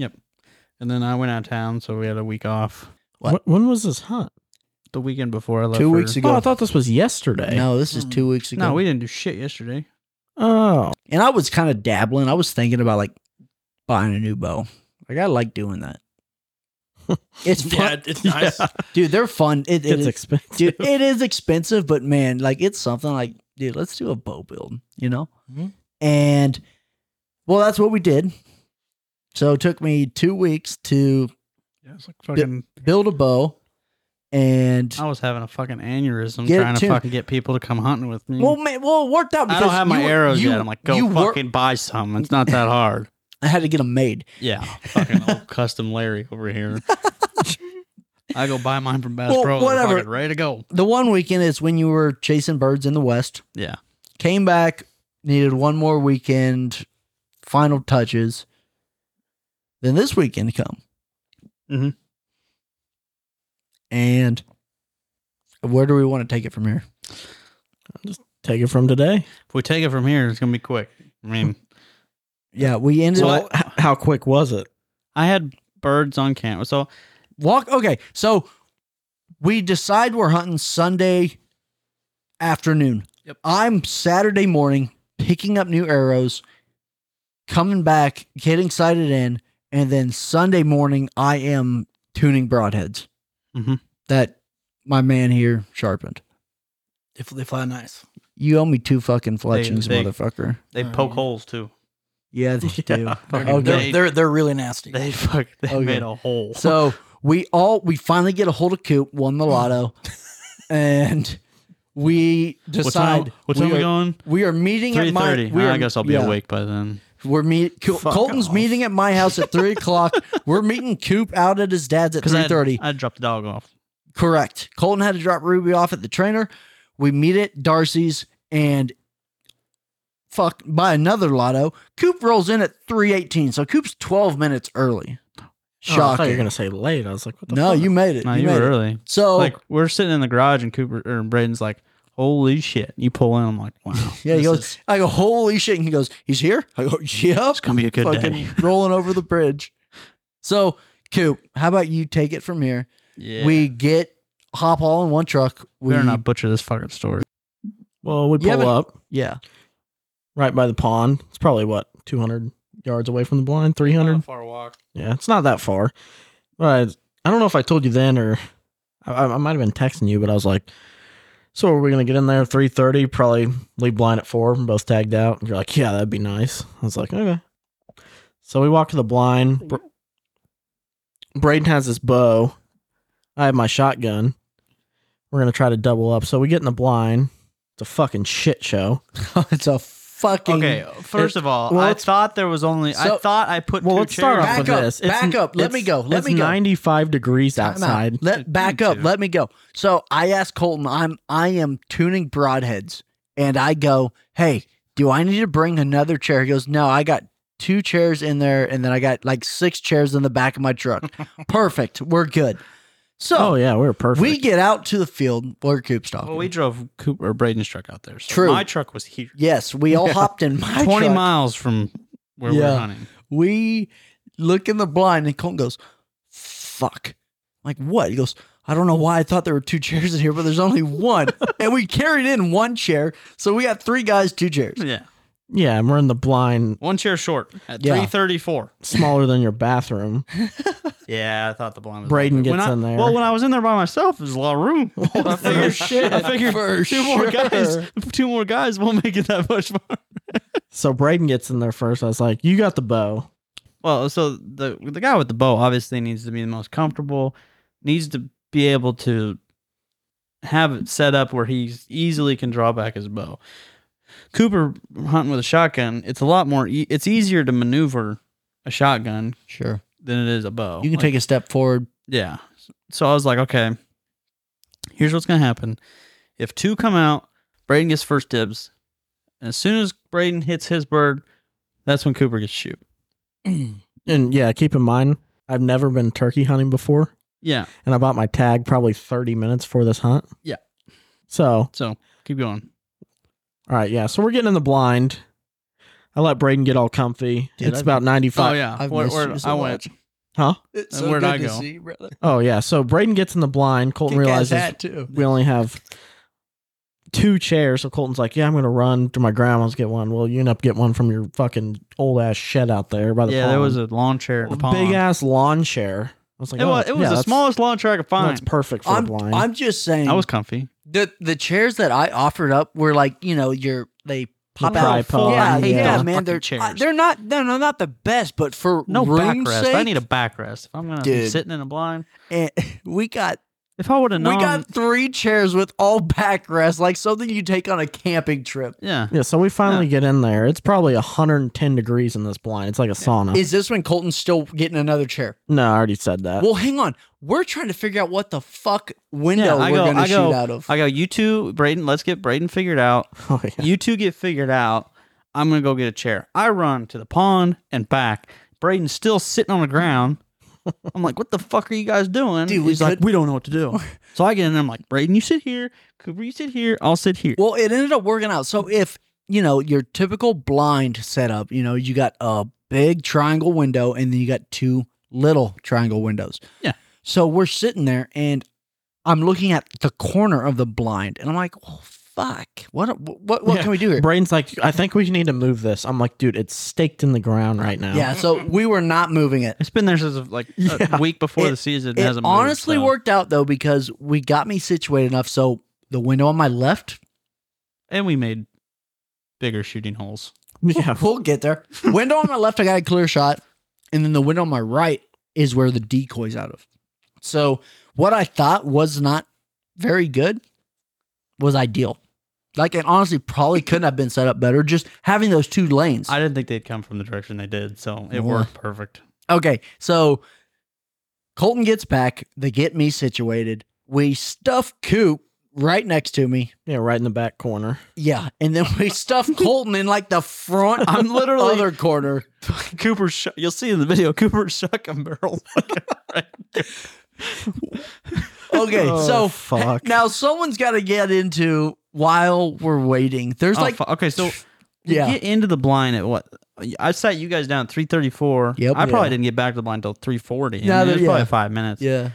Speaker 5: and then i went out of town so we had a week off
Speaker 3: What?
Speaker 1: Wh- When was this hunt?
Speaker 5: the weekend before i left
Speaker 3: Two
Speaker 5: for-
Speaker 3: weeks ago.
Speaker 1: Oh, I thought this was yesterday.
Speaker 3: No, this is
Speaker 5: Mm.
Speaker 3: two weeks ago.
Speaker 5: no we didn't do shit yesterday
Speaker 1: Oh,
Speaker 3: and I was kind of dabbling. I was thinking about like buying a new bow. Like I like doing that. it's fun,
Speaker 6: it's
Speaker 1: Yeah.
Speaker 3: dude. They're fun. It, it
Speaker 1: it's
Speaker 3: is,
Speaker 1: expensive.
Speaker 3: dude. It is expensive, but man, like it's something. Like dude, let's do a bow build. You know,
Speaker 5: Mm-hmm.
Speaker 6: Mhm.
Speaker 3: and well, that's what we did. So it took me two weeks to
Speaker 5: yeah it's like fucking
Speaker 3: build a bow and
Speaker 5: i was having a fucking aneurysm
Speaker 3: Get it
Speaker 5: trying to
Speaker 3: tuned.
Speaker 5: fucking get people to come hunting with me
Speaker 3: well man well it worked out
Speaker 5: I
Speaker 3: because
Speaker 5: don't have my
Speaker 3: you-
Speaker 5: arrows
Speaker 3: you-
Speaker 5: yet. I'm like, go
Speaker 3: you wor-
Speaker 5: fucking buy some. It's not that hard.
Speaker 3: i had to get them made
Speaker 5: Yeah, fucking old custom Larry over here. I go buy mine from Bass
Speaker 3: Well,
Speaker 5: Pro. and they're
Speaker 3: whatever.
Speaker 5: fucking Ready to go.
Speaker 3: the one weekend is when you were chasing birds in the west
Speaker 5: Yeah.
Speaker 3: came back needed one more weekend final touches then this weekend come
Speaker 5: Mhm.
Speaker 3: and where do we want to take it from here
Speaker 1: Take it from today.
Speaker 5: If we take it from here, it's gonna be quick. I mean,
Speaker 3: yeah we ended
Speaker 5: Well,
Speaker 3: up
Speaker 1: Well, h- how quick was it?
Speaker 5: I had birds on camera, so
Speaker 3: Walk. Okay, so we decide we're hunting Sunday afternoon.
Speaker 5: Yep.
Speaker 3: I'm Saturday morning picking up new arrows, coming back, getting sighted in, and then Sunday morning I am tuning broadheads
Speaker 5: Mhm.
Speaker 3: that my man here sharpened.
Speaker 6: If they fly nice.
Speaker 3: You owe me two fucking fletchings,
Speaker 5: they-
Speaker 3: motherfucker.
Speaker 5: they
Speaker 6: Oh,
Speaker 5: poke
Speaker 6: yeah.
Speaker 5: holes too.
Speaker 3: Yeah, they do.
Speaker 5: fucking
Speaker 3: Okay.
Speaker 5: They,
Speaker 6: Oh, They're, they're they're really nasty.
Speaker 5: they fuck. They
Speaker 3: Okay.
Speaker 5: made a hole.
Speaker 3: So we all we finally get a hold of Coop, won the lotto, and we
Speaker 5: what time?
Speaker 3: decide
Speaker 5: What time
Speaker 3: we,
Speaker 5: we
Speaker 3: are,
Speaker 5: going?
Speaker 3: we are meeting
Speaker 5: Three
Speaker 3: at my.
Speaker 5: thirty.
Speaker 3: We are,
Speaker 5: I guess I'll be
Speaker 3: yeah.
Speaker 5: awake by then.
Speaker 3: We're meet, Col-
Speaker 1: Fuck
Speaker 3: Colton's
Speaker 1: off.
Speaker 3: meeting at my house at three o'clock. We're meeting Coop out at his dad's at
Speaker 5: Because I
Speaker 3: three thirty.
Speaker 5: had- I had dropped the dog off.
Speaker 3: Correct. Colton had to drop Ruby off at the trainer. We meet at Darcy's and fuck by another lotto. Coop rolls in at three eighteen, so Coop's twelve minutes early.
Speaker 1: Oh, I thought you
Speaker 3: Shocking.
Speaker 1: were gonna say late. I was like, what the
Speaker 3: no,
Speaker 1: fuck?
Speaker 3: you made it.
Speaker 5: No,
Speaker 3: you
Speaker 5: you,
Speaker 3: made
Speaker 5: were
Speaker 3: it. Oh.
Speaker 5: early.
Speaker 3: So
Speaker 5: Like we're sitting in the garage and Cooper or Braden's like, "Holy shit!" You pull in. I'm like, "Wow."
Speaker 3: Yeah, he
Speaker 5: this
Speaker 3: goes.
Speaker 5: is-
Speaker 3: I go, holy shit! And he goes, he's here. I go, yep.
Speaker 5: It's gonna be a good
Speaker 3: Fucking
Speaker 5: day.
Speaker 3: rolling over the bridge. So, Coop, how about you take it from here?
Speaker 5: Yeah.
Speaker 3: We get hop all in one truck. We
Speaker 5: better not butcher this fucking story.
Speaker 1: Well, we pull
Speaker 3: Yeah, but-
Speaker 1: up
Speaker 3: Yeah,
Speaker 1: right by the pond. It's probably what two hundred yards away from the blind. Three hundred.
Speaker 5: far walk.
Speaker 1: Yeah, it's not that far. But I don't know if I told you then or I, I I might have been texting you, but I was like, "So are we gonna get in there three thirty? Probably leave blind at four. and Both tagged out." And you're like, "Yeah, that'd be nice." I was like, "Okay." So we walk to the blind. Br- Braden has his bow. I have my shotgun. We're gonna try to double up. So we get in the blind. It's a fucking shit show.
Speaker 3: it's a fucking
Speaker 5: Okay, first of all,
Speaker 1: well,
Speaker 5: I
Speaker 1: it's-
Speaker 5: thought there was only.
Speaker 3: so-
Speaker 5: I thought I put
Speaker 1: Well,
Speaker 5: two
Speaker 1: let's start
Speaker 5: chairs
Speaker 1: off
Speaker 3: Back
Speaker 1: with
Speaker 3: up,
Speaker 1: this. It's-
Speaker 3: back up. Let
Speaker 1: it's-
Speaker 3: me go, let
Speaker 1: it's
Speaker 3: me go.
Speaker 1: 95 degrees
Speaker 3: Time out.
Speaker 1: outside.
Speaker 3: Let back
Speaker 5: Me
Speaker 3: up.
Speaker 5: too.
Speaker 3: Let me go. So I asked Colton. I'm I am tuning broadheads, and I go, hey, do I need to bring another chair? He goes, no, I got two chairs in there, and then I got like six chairs in the back of my truck. Perfect. We're good. So
Speaker 1: Oh yeah, we were perfect.
Speaker 3: we get out to the field where Coop's talking.
Speaker 5: Well, we drove Cooper or Braden's truck out there. So
Speaker 3: True.
Speaker 5: My truck was here,
Speaker 3: yes, we all hopped in my
Speaker 5: twenty
Speaker 3: truck.
Speaker 5: miles from where
Speaker 3: Yeah.
Speaker 5: we're hunting.
Speaker 3: We look in the blind, and Colton goes, "Fuck!" I'm like what? He goes, "I don't know why I thought there were two chairs in here, but there's only one." and we carried in one chair, so we got three guys, two chairs.
Speaker 5: Yeah,
Speaker 1: yeah, and we're in the blind,
Speaker 5: one chair short at
Speaker 3: Yeah.
Speaker 5: three thirty four.
Speaker 1: smaller than your bathroom.
Speaker 5: Yeah, I thought the blind. was
Speaker 1: Braden
Speaker 5: when
Speaker 1: gets
Speaker 5: I,
Speaker 1: in there. Oh,
Speaker 5: Well, when I was in there by myself, there's a lot of room. I figured,
Speaker 3: shit.
Speaker 5: I figured
Speaker 3: For
Speaker 5: two more
Speaker 3: sure.
Speaker 5: guys, two more guys won't make it that much far.
Speaker 1: so Braden gets in there first. I was like, "You got the bow."
Speaker 5: Well, so the the guy with the bow obviously needs to be the most comfortable, needs to be able to have it set up where he easily can draw back his bow. Cooper hunting with a shotgun, it's a lot more. E- it's easier to maneuver a shotgun
Speaker 3: Sure,
Speaker 5: than it is a bow.
Speaker 3: you can take a step forward.
Speaker 5: Yeah. So I was like, okay, here's what's gonna happen. If two come out, Braden gets first dibs. And as soon as Braden hits his bird, that's when Cooper gets to shoot.
Speaker 1: And yeah, keep in mind, I've never been turkey hunting before,
Speaker 5: Yeah.
Speaker 1: and I bought my tag probably 30 minutes for this hunt.
Speaker 5: Yeah.
Speaker 1: So
Speaker 5: So keep going.
Speaker 1: All right, yeah. So we're getting in the blind. I let Braden get all comfy.
Speaker 3: Dude,
Speaker 1: it's
Speaker 3: I've-
Speaker 1: about 95.
Speaker 5: oh yeah,
Speaker 3: I've
Speaker 5: Where-
Speaker 3: missed
Speaker 5: where-
Speaker 3: you so
Speaker 5: I went.
Speaker 3: much.
Speaker 1: Huh?
Speaker 3: It's
Speaker 5: And where'd I go?
Speaker 3: brother.
Speaker 1: Oh, yeah. So Braden gets in the blind. Colton
Speaker 3: Kick-ass
Speaker 1: realizes
Speaker 3: hat, too.
Speaker 1: we only have two chairs. So Colton's like, yeah, I'm going to run to my grandma's get one. Well, you end up getting one from your fucking old ass shed out there by the
Speaker 5: Yeah,
Speaker 1: pond.
Speaker 5: there was a lawn chair in the pond.
Speaker 1: big ass lawn chair. I was like,
Speaker 5: It
Speaker 1: oh,
Speaker 5: was, it was
Speaker 1: yeah,
Speaker 5: the
Speaker 1: that's-
Speaker 5: smallest lawn chair I could find.
Speaker 1: That's perfect for
Speaker 3: I'm,
Speaker 1: the blind.
Speaker 3: I'm just saying.
Speaker 5: I was comfy.
Speaker 3: the the chairs that I offered up were like you know your they pop out.
Speaker 5: Oh,
Speaker 1: tripod,
Speaker 3: yeah,
Speaker 1: I hate
Speaker 3: yeah,
Speaker 5: those
Speaker 3: man.
Speaker 5: fucking
Speaker 3: They're
Speaker 5: chairs.
Speaker 3: uh, they're not they're no, not the best, but for
Speaker 5: No
Speaker 3: room
Speaker 5: backrest.
Speaker 3: Sake,
Speaker 5: I need a backrest. If I'm gonna be
Speaker 3: Dude.
Speaker 5: sitting in a blind,
Speaker 3: and eh, we got
Speaker 5: if I would have known,
Speaker 3: we got three chairs with all backrests, like something you take on a camping trip.
Speaker 5: yeah.
Speaker 1: yeah, so we finally get in there. It's probably 110 degrees in this blind. It's like a sauna.
Speaker 3: Is this when Colton's still getting another chair?
Speaker 1: no, I already said that.
Speaker 3: Well, hang on. We're trying to figure out what the fuck
Speaker 5: Yeah,
Speaker 3: window
Speaker 5: I
Speaker 3: we're
Speaker 5: go,
Speaker 3: gonna
Speaker 5: I go,
Speaker 3: shoot out of.
Speaker 5: I go. You two, Braden. Let's get Braden figured out.
Speaker 1: Oh, yeah.
Speaker 5: You two get figured out. I'm gonna go get a chair. I run to the pond and back. Braden's still sitting on the ground. I'm like, what the fuck are you guys doing?
Speaker 3: Dude, we
Speaker 5: He's like,
Speaker 3: could-
Speaker 5: we don't know what to do. So I get in there. I'm like, Braden, you sit here. Cooper, you sit here. I'll sit here.
Speaker 3: Well, it ended up working out. So if you know your typical blind setup, you know you got a big triangle window and then you got two little triangle windows.
Speaker 5: Yeah.
Speaker 3: So we're sitting there and I'm looking at the corner of the blind and I'm like, oh, fuck, what what what
Speaker 1: Yeah.
Speaker 3: can we do here?
Speaker 1: Brain's like, I think we need to move this. I'm like, dude, it's staked in the ground right now.
Speaker 3: Yeah. So we were not moving it.
Speaker 5: It's been there since like
Speaker 1: Yeah.
Speaker 5: a week before
Speaker 3: It-
Speaker 5: the season.
Speaker 3: It
Speaker 5: hasn't moved,
Speaker 3: honestly
Speaker 5: so.
Speaker 3: worked out though because we got me situated enough so the window on my left
Speaker 5: and we made bigger shooting holes.
Speaker 1: Yeah.
Speaker 3: We'll get there. Window on my left, I got a clear shot. And then the window on my right is where the decoy's out of. So what I thought was not very good was ideal. Like it honestly probably couldn't have been set up better. Just having those two lanes.
Speaker 5: I didn't think they'd come from the direction they did, so it
Speaker 3: Yeah.
Speaker 5: worked perfect.
Speaker 3: Okay, so Colton gets back. They get me situated. We stuff Coop right next to me.
Speaker 1: Yeah, right in the back corner.
Speaker 3: Yeah, and then we stuff Colton in like the front. I'm literally other corner.
Speaker 5: Cooper, sh- you'll see in the video, Cooper shuck and barrel.
Speaker 3: Okay,
Speaker 1: Oh,
Speaker 3: so
Speaker 1: fuck.
Speaker 3: Now someone's got to get into while we're waiting. There's
Speaker 5: Oh,
Speaker 3: like
Speaker 5: fu- okay, so
Speaker 3: yeah.
Speaker 5: yeah. get into the blind at what? I sat you guys down at three thirty four.
Speaker 3: Yep.
Speaker 5: I probably
Speaker 3: Yeah.
Speaker 5: didn't get back to the blind until three forty.
Speaker 3: No,
Speaker 5: No, it
Speaker 3: there-
Speaker 5: was
Speaker 3: yeah.
Speaker 5: probably five minutes.
Speaker 3: yeah.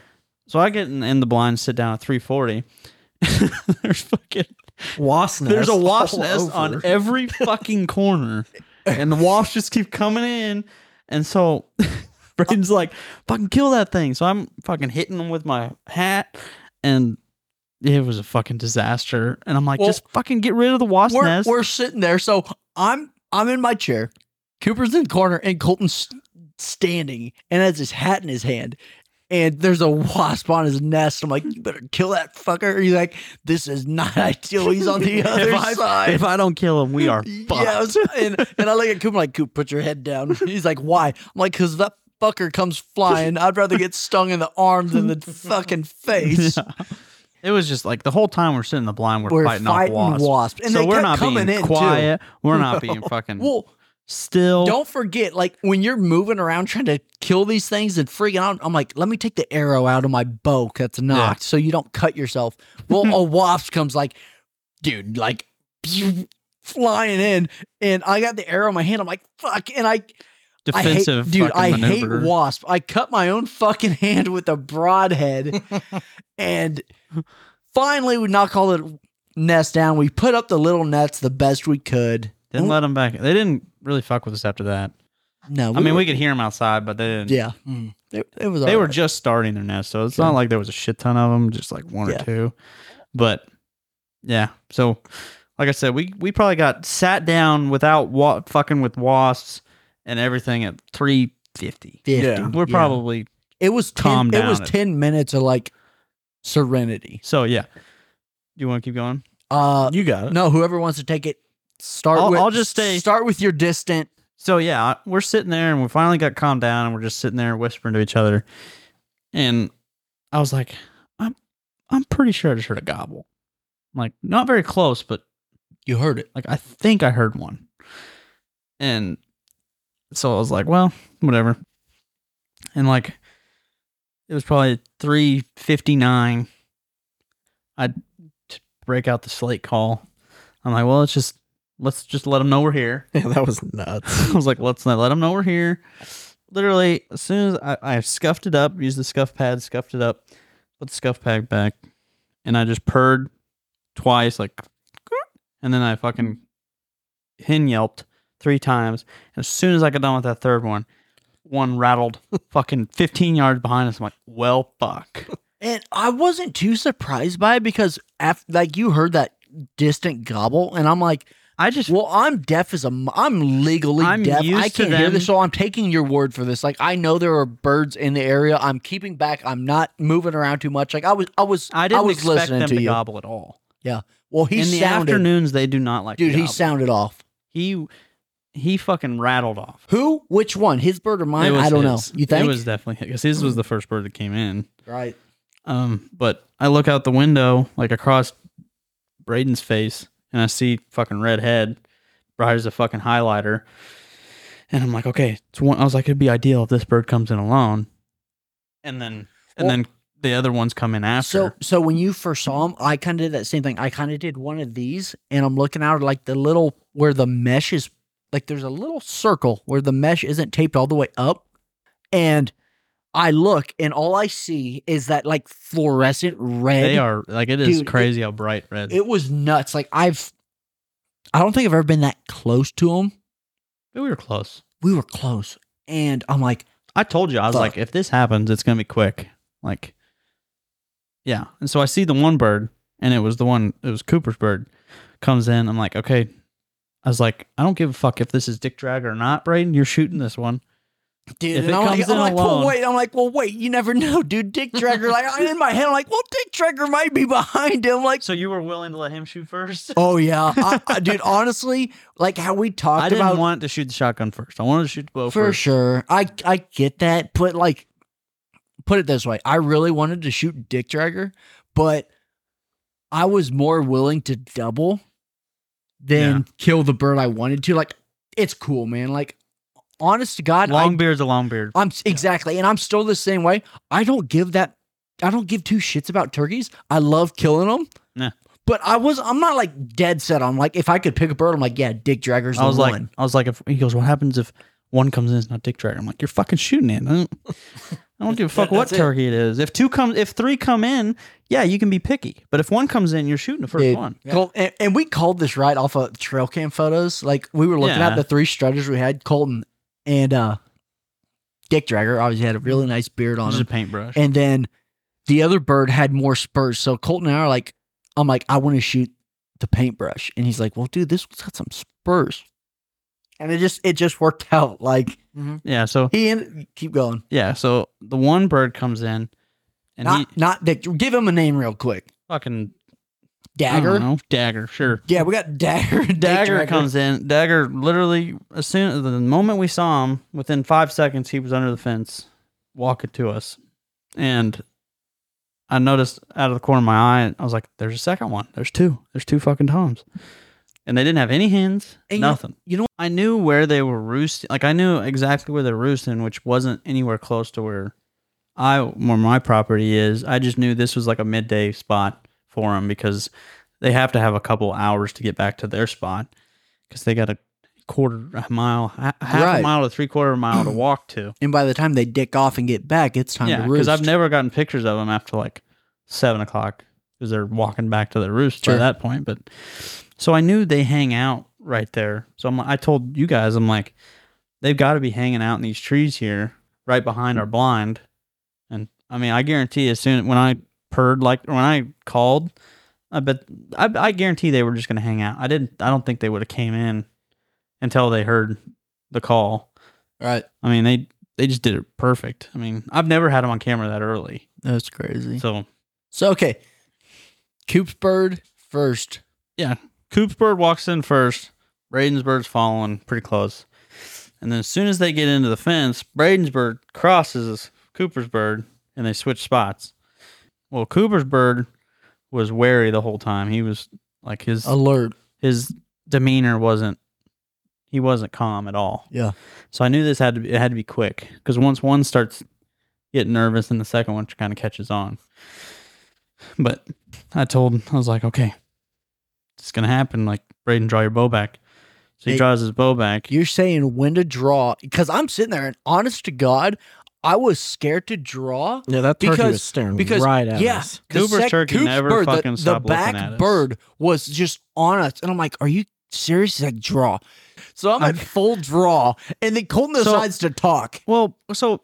Speaker 5: So I get in, in the blind, sit down at three forty. there's fucking
Speaker 1: Wasp nest.
Speaker 5: there's a wasp
Speaker 1: all
Speaker 5: nest
Speaker 1: over.
Speaker 5: on every fucking corner, and the wasps just keep coming in. And so Braden's like, "Fucking kill that thing!" So I'm fucking hitting them with my hat, and it was a fucking disaster. And I'm like,
Speaker 3: Well,
Speaker 5: "Just fucking get rid of the wasp
Speaker 3: We're
Speaker 5: nest."
Speaker 3: we're sitting there. So I'm I'm in my chair. Cooper's in the corner and Colton's standing and has his hat in his hand. And there's a wasp on his nest. I'm like, you better kill that fucker. He's like, this is not ideal. He's on the other
Speaker 5: I-
Speaker 3: side.
Speaker 5: if I don't kill him, we are fucked.
Speaker 3: Yeah, I was- and, and I look at Coop I'm like, Coop, put your head down. He's like, why? I'm like, because that fucker comes flying. I'd rather get stung in the arm than the fucking face.
Speaker 5: It was just like the whole time we're sitting in the blind, we're,
Speaker 3: We're
Speaker 5: fighting,
Speaker 3: fighting
Speaker 5: off wasps.
Speaker 3: wasps. And
Speaker 5: so
Speaker 3: they
Speaker 5: we're
Speaker 3: kept
Speaker 5: not
Speaker 3: coming
Speaker 5: being
Speaker 3: in, too.
Speaker 5: quiet. We're not being fucking.
Speaker 3: Well,
Speaker 5: Still,
Speaker 3: Don't forget, like when you're moving around trying to kill these things and freaking out, I'm like, let me take the arrow out of my bow that's knocked so you don't cut yourself. Well, a wasp comes like, dude, like flying in, and I got the arrow in my hand. I'm like, fuck, and I
Speaker 5: defensive,
Speaker 3: I hate, dude.
Speaker 5: fucking
Speaker 3: I
Speaker 5: maneuver.
Speaker 3: hate wasp. I cut my own fucking hand with a broadhead, and finally we knock all the nest down. We put up the little nets the best we could.
Speaker 5: Didn't let them back. They didn't really fuck with us after that.
Speaker 3: No,
Speaker 5: I mean,
Speaker 3: were-
Speaker 5: we could hear them outside, but they didn't.
Speaker 3: yeah,
Speaker 6: Mm.
Speaker 3: it, it was.
Speaker 5: they were
Speaker 3: alright.
Speaker 5: just starting their nest, so it's not like there was a shit ton of them, just like one
Speaker 3: Yeah.
Speaker 5: or two. But yeah, so like I said, we we probably got sat down without wa- fucking with wasps and everything at three fifty.
Speaker 3: 50.
Speaker 1: Yeah.
Speaker 5: We're probably
Speaker 3: it was
Speaker 5: calm
Speaker 3: ten, it was
Speaker 5: down.
Speaker 3: 10 minutes of like serenity
Speaker 5: so yeah. You want to keep going?
Speaker 3: uh
Speaker 1: You got it.
Speaker 3: no whoever wants to take it start
Speaker 5: I'll-
Speaker 3: with
Speaker 5: I'll just say-
Speaker 3: start with your distant
Speaker 5: So yeah, I- we're sitting there and we finally got calmed down and we're just sitting there whispering to each other. And I was like, I'm I'm pretty sure I just heard a gobble. like, not very close, but
Speaker 3: you heard it
Speaker 5: Like I think I heard one. And so I was like, well, whatever. And like it was probably 359. I'd t- break out the slate call. I'm like, well, let's just let's just let them know we're here.
Speaker 1: Yeah, that was nuts.
Speaker 5: I was like, let's not let them know we're here. Literally, as soon as I, I scuffed it up, used the scuff pad, scuffed it up, put the scuff pad back, and I just purred twice, like, and then I fucking hen yelped three times. And as soon as I got done with that third one, one rattled fucking 15 yards behind us. I'm like, well, fuck.
Speaker 3: and i wasn't too surprised by it because after like you heard that distant gobble and i'm like
Speaker 5: I just,
Speaker 3: well i'm deaf as a m- i'm legally
Speaker 5: I'm
Speaker 3: deaf
Speaker 5: used
Speaker 3: i
Speaker 5: to
Speaker 3: can't hear
Speaker 5: them.
Speaker 3: this so i'm taking your word for this like i know there are birds in the area i'm keeping back i'm not moving around too much like i was i was
Speaker 5: I didn't
Speaker 3: was
Speaker 5: expect
Speaker 3: listening
Speaker 5: them
Speaker 3: to
Speaker 5: to
Speaker 3: you
Speaker 5: gobble at all.
Speaker 3: well he
Speaker 5: In the
Speaker 3: sounded
Speaker 5: afternoons, they do not like to
Speaker 3: dude he
Speaker 5: gobble.
Speaker 3: sounded off
Speaker 5: he he fucking rattled off.
Speaker 3: Who? Which one? His bird or mine?
Speaker 5: It was
Speaker 3: I don't
Speaker 5: his.
Speaker 3: know. You think?
Speaker 5: It was definitely because his was the first bird that came in.
Speaker 3: right.
Speaker 5: Um, but I look out the window, like across Braden's face, and I see fucking red head, bright as a fucking highlighter. And I'm like, okay, it's one. I was like, it'd be ideal if this bird comes in alone, and then
Speaker 3: Well-
Speaker 5: and then the other ones come in
Speaker 3: So,
Speaker 5: after.
Speaker 3: so when you first saw him, I kind of did that same thing. I kind of did one of these, and I'm looking out like the little where the mesh is, like there's a little circle where the mesh isn't taped all the way up, and I look, and all I see is that like fluorescent red.
Speaker 5: they are like it is
Speaker 3: Dude, it-
Speaker 5: crazy how bright red.
Speaker 3: It was nuts. Like I've, I don't think I've ever been that close to him.
Speaker 5: we were close.
Speaker 3: We were close, and I'm like,
Speaker 5: I told you, I was
Speaker 3: Fuck.
Speaker 5: like, if this happens, it's gonna be quick. Like, yeah. And so I see the one bird, and it was the one. It was Cooper's bird. Comes in. I'm like, okay. I was like, I don't give a fuck if this is Dick Drag or not, Braden. You're shooting this one.
Speaker 3: dude.
Speaker 5: If
Speaker 3: and
Speaker 5: it
Speaker 3: I'm like,
Speaker 5: comes
Speaker 3: I'm
Speaker 5: in
Speaker 3: like, well,
Speaker 5: alone-
Speaker 3: wait. I'm like, well, wait. You never know, dude. Dick Tracker. like, I- in my head, I'm like, well, Dick Tracker might be behind him. Like,
Speaker 5: So you were willing to let him shoot first.
Speaker 3: oh yeah, I, I- dude. Honestly, like how we talked
Speaker 5: I didn't
Speaker 3: about
Speaker 5: want to shoot the shotgun first. I wanted to shoot the bow
Speaker 3: for
Speaker 5: first.
Speaker 3: sure. I I get that, but like, put it this way, I really wanted to shoot Dick Tracker, but I was more willing to double than
Speaker 5: Yeah.
Speaker 3: kill the bird I wanted to. Like, it's cool, man. Like, honest to God, I
Speaker 5: Longbeard's a longbeard.
Speaker 3: I'm exactly, and I'm still the same way. I don't give that. I don't give two shits about turkeys. I love killing them.
Speaker 5: Nah.
Speaker 3: But I was. I'm not like dead set on like if I could pick a bird. I'm like, yeah, Dick Dragger's the
Speaker 5: I was like,
Speaker 3: one.
Speaker 5: I was like, if he goes, what happens if one comes in? It's not Dick Dragger. I'm like, you're fucking shooting it. I don't, I don't give a fuck what
Speaker 3: that's it.
Speaker 5: turkey it is. If two come, if three come in, yeah, you can be picky. But if one comes in, you're shooting the first
Speaker 3: Dude,
Speaker 5: one.
Speaker 3: Col- and, and we called this right off of trail cam photos. Like we were looking at
Speaker 5: Yeah.
Speaker 3: the three strutters we had, Colton and uh Dick Dragger. Obviously had a really nice beard on
Speaker 5: Just
Speaker 3: him.
Speaker 5: a paintbrush.
Speaker 3: And then the other bird had more spurs. So Colton and I are like, I'm like, I want to shoot the paintbrush. And he's like, Well, dude, this one's got some spurs. And it just it just worked out. Like
Speaker 5: yeah. So
Speaker 3: he and keep going.
Speaker 5: yeah. So the one bird comes in, and
Speaker 3: not
Speaker 5: he
Speaker 3: not Dick. Give him a name real quick.
Speaker 5: fucking I don't
Speaker 3: Dagger.
Speaker 5: know, dagger. Sure.
Speaker 3: Yeah, we got Dagger. Dick
Speaker 5: Dagger
Speaker 3: Dragger.
Speaker 5: comes in. Dagger literally, as soon as the moment we saw him, within five seconds, he was under the fence, walking to us. And I noticed out of the corner of my eye, I was like, there's a second one. There's two. There's two fucking toms. and they didn't have any hens,
Speaker 3: And you know-
Speaker 5: nothing.
Speaker 3: you know-
Speaker 5: I knew where they were roosting. Like I knew exactly where they're roosting, which wasn't anywhere close to where I where my property is. I just knew this was like a midday spot for them because they have to have a couple hours to get back to their spot because they got a quarter a mile, ha- half
Speaker 3: Right.
Speaker 5: a mile to three quarter mile to walk to.
Speaker 3: And by the time they dick off and get back, it's time
Speaker 5: Yeah,
Speaker 3: to roost.
Speaker 5: because I've never gotten pictures of them after like seven o'clock because they're walking back to their roost
Speaker 3: Sure.
Speaker 5: by that point. But so I knew they hang out right there. So I'm, I told you guys, I'm like, they've got to be hanging out in these trees here, right behind our blind. And I mean, I guarantee as soon when I purred like when I called, I bet I, I guarantee they were just gonna hang out. I didn't. I don't think they would have came in until they heard the call.
Speaker 3: right.
Speaker 5: I mean, they they just did it perfect. I mean, I've never had them on camera that early.
Speaker 3: That's crazy. So,
Speaker 5: So
Speaker 3: okay. Coop's bird first.
Speaker 5: Coop's bird walks in first. Braden's bird's following pretty close, and then as soon as they get into the fence, Braden's bird crosses Cooper's bird, and they switch spots. Well, Cooper's bird was wary the whole time. He was like his
Speaker 3: Alert.
Speaker 5: his demeanor wasn't he wasn't calm at all.
Speaker 3: Yeah.
Speaker 5: So I knew this had to be, it had to be quick because once one starts getting nervous, then the second one kind of catches on. But I told I was like, okay, it's gonna happen. Like Braden, draw your bow back. So he
Speaker 3: Hey,
Speaker 5: draws his bow back.
Speaker 3: You're saying when to draw because I'm sitting there and honest to God, I was scared to draw.
Speaker 1: Yeah, that turkey
Speaker 3: Because-
Speaker 1: was staring
Speaker 3: because
Speaker 1: right at
Speaker 3: yeah,
Speaker 1: us.
Speaker 3: the
Speaker 5: Cooper's turkey never
Speaker 3: bird,
Speaker 5: fucking
Speaker 3: the,
Speaker 5: stopped
Speaker 3: the
Speaker 5: looking
Speaker 3: back
Speaker 5: at us.
Speaker 3: bird was just on us, and I'm like, "Are you serious?" He's like, "Draw." So I'm at full draw, and then Colton
Speaker 5: So-
Speaker 3: decides to talk.
Speaker 5: Well, so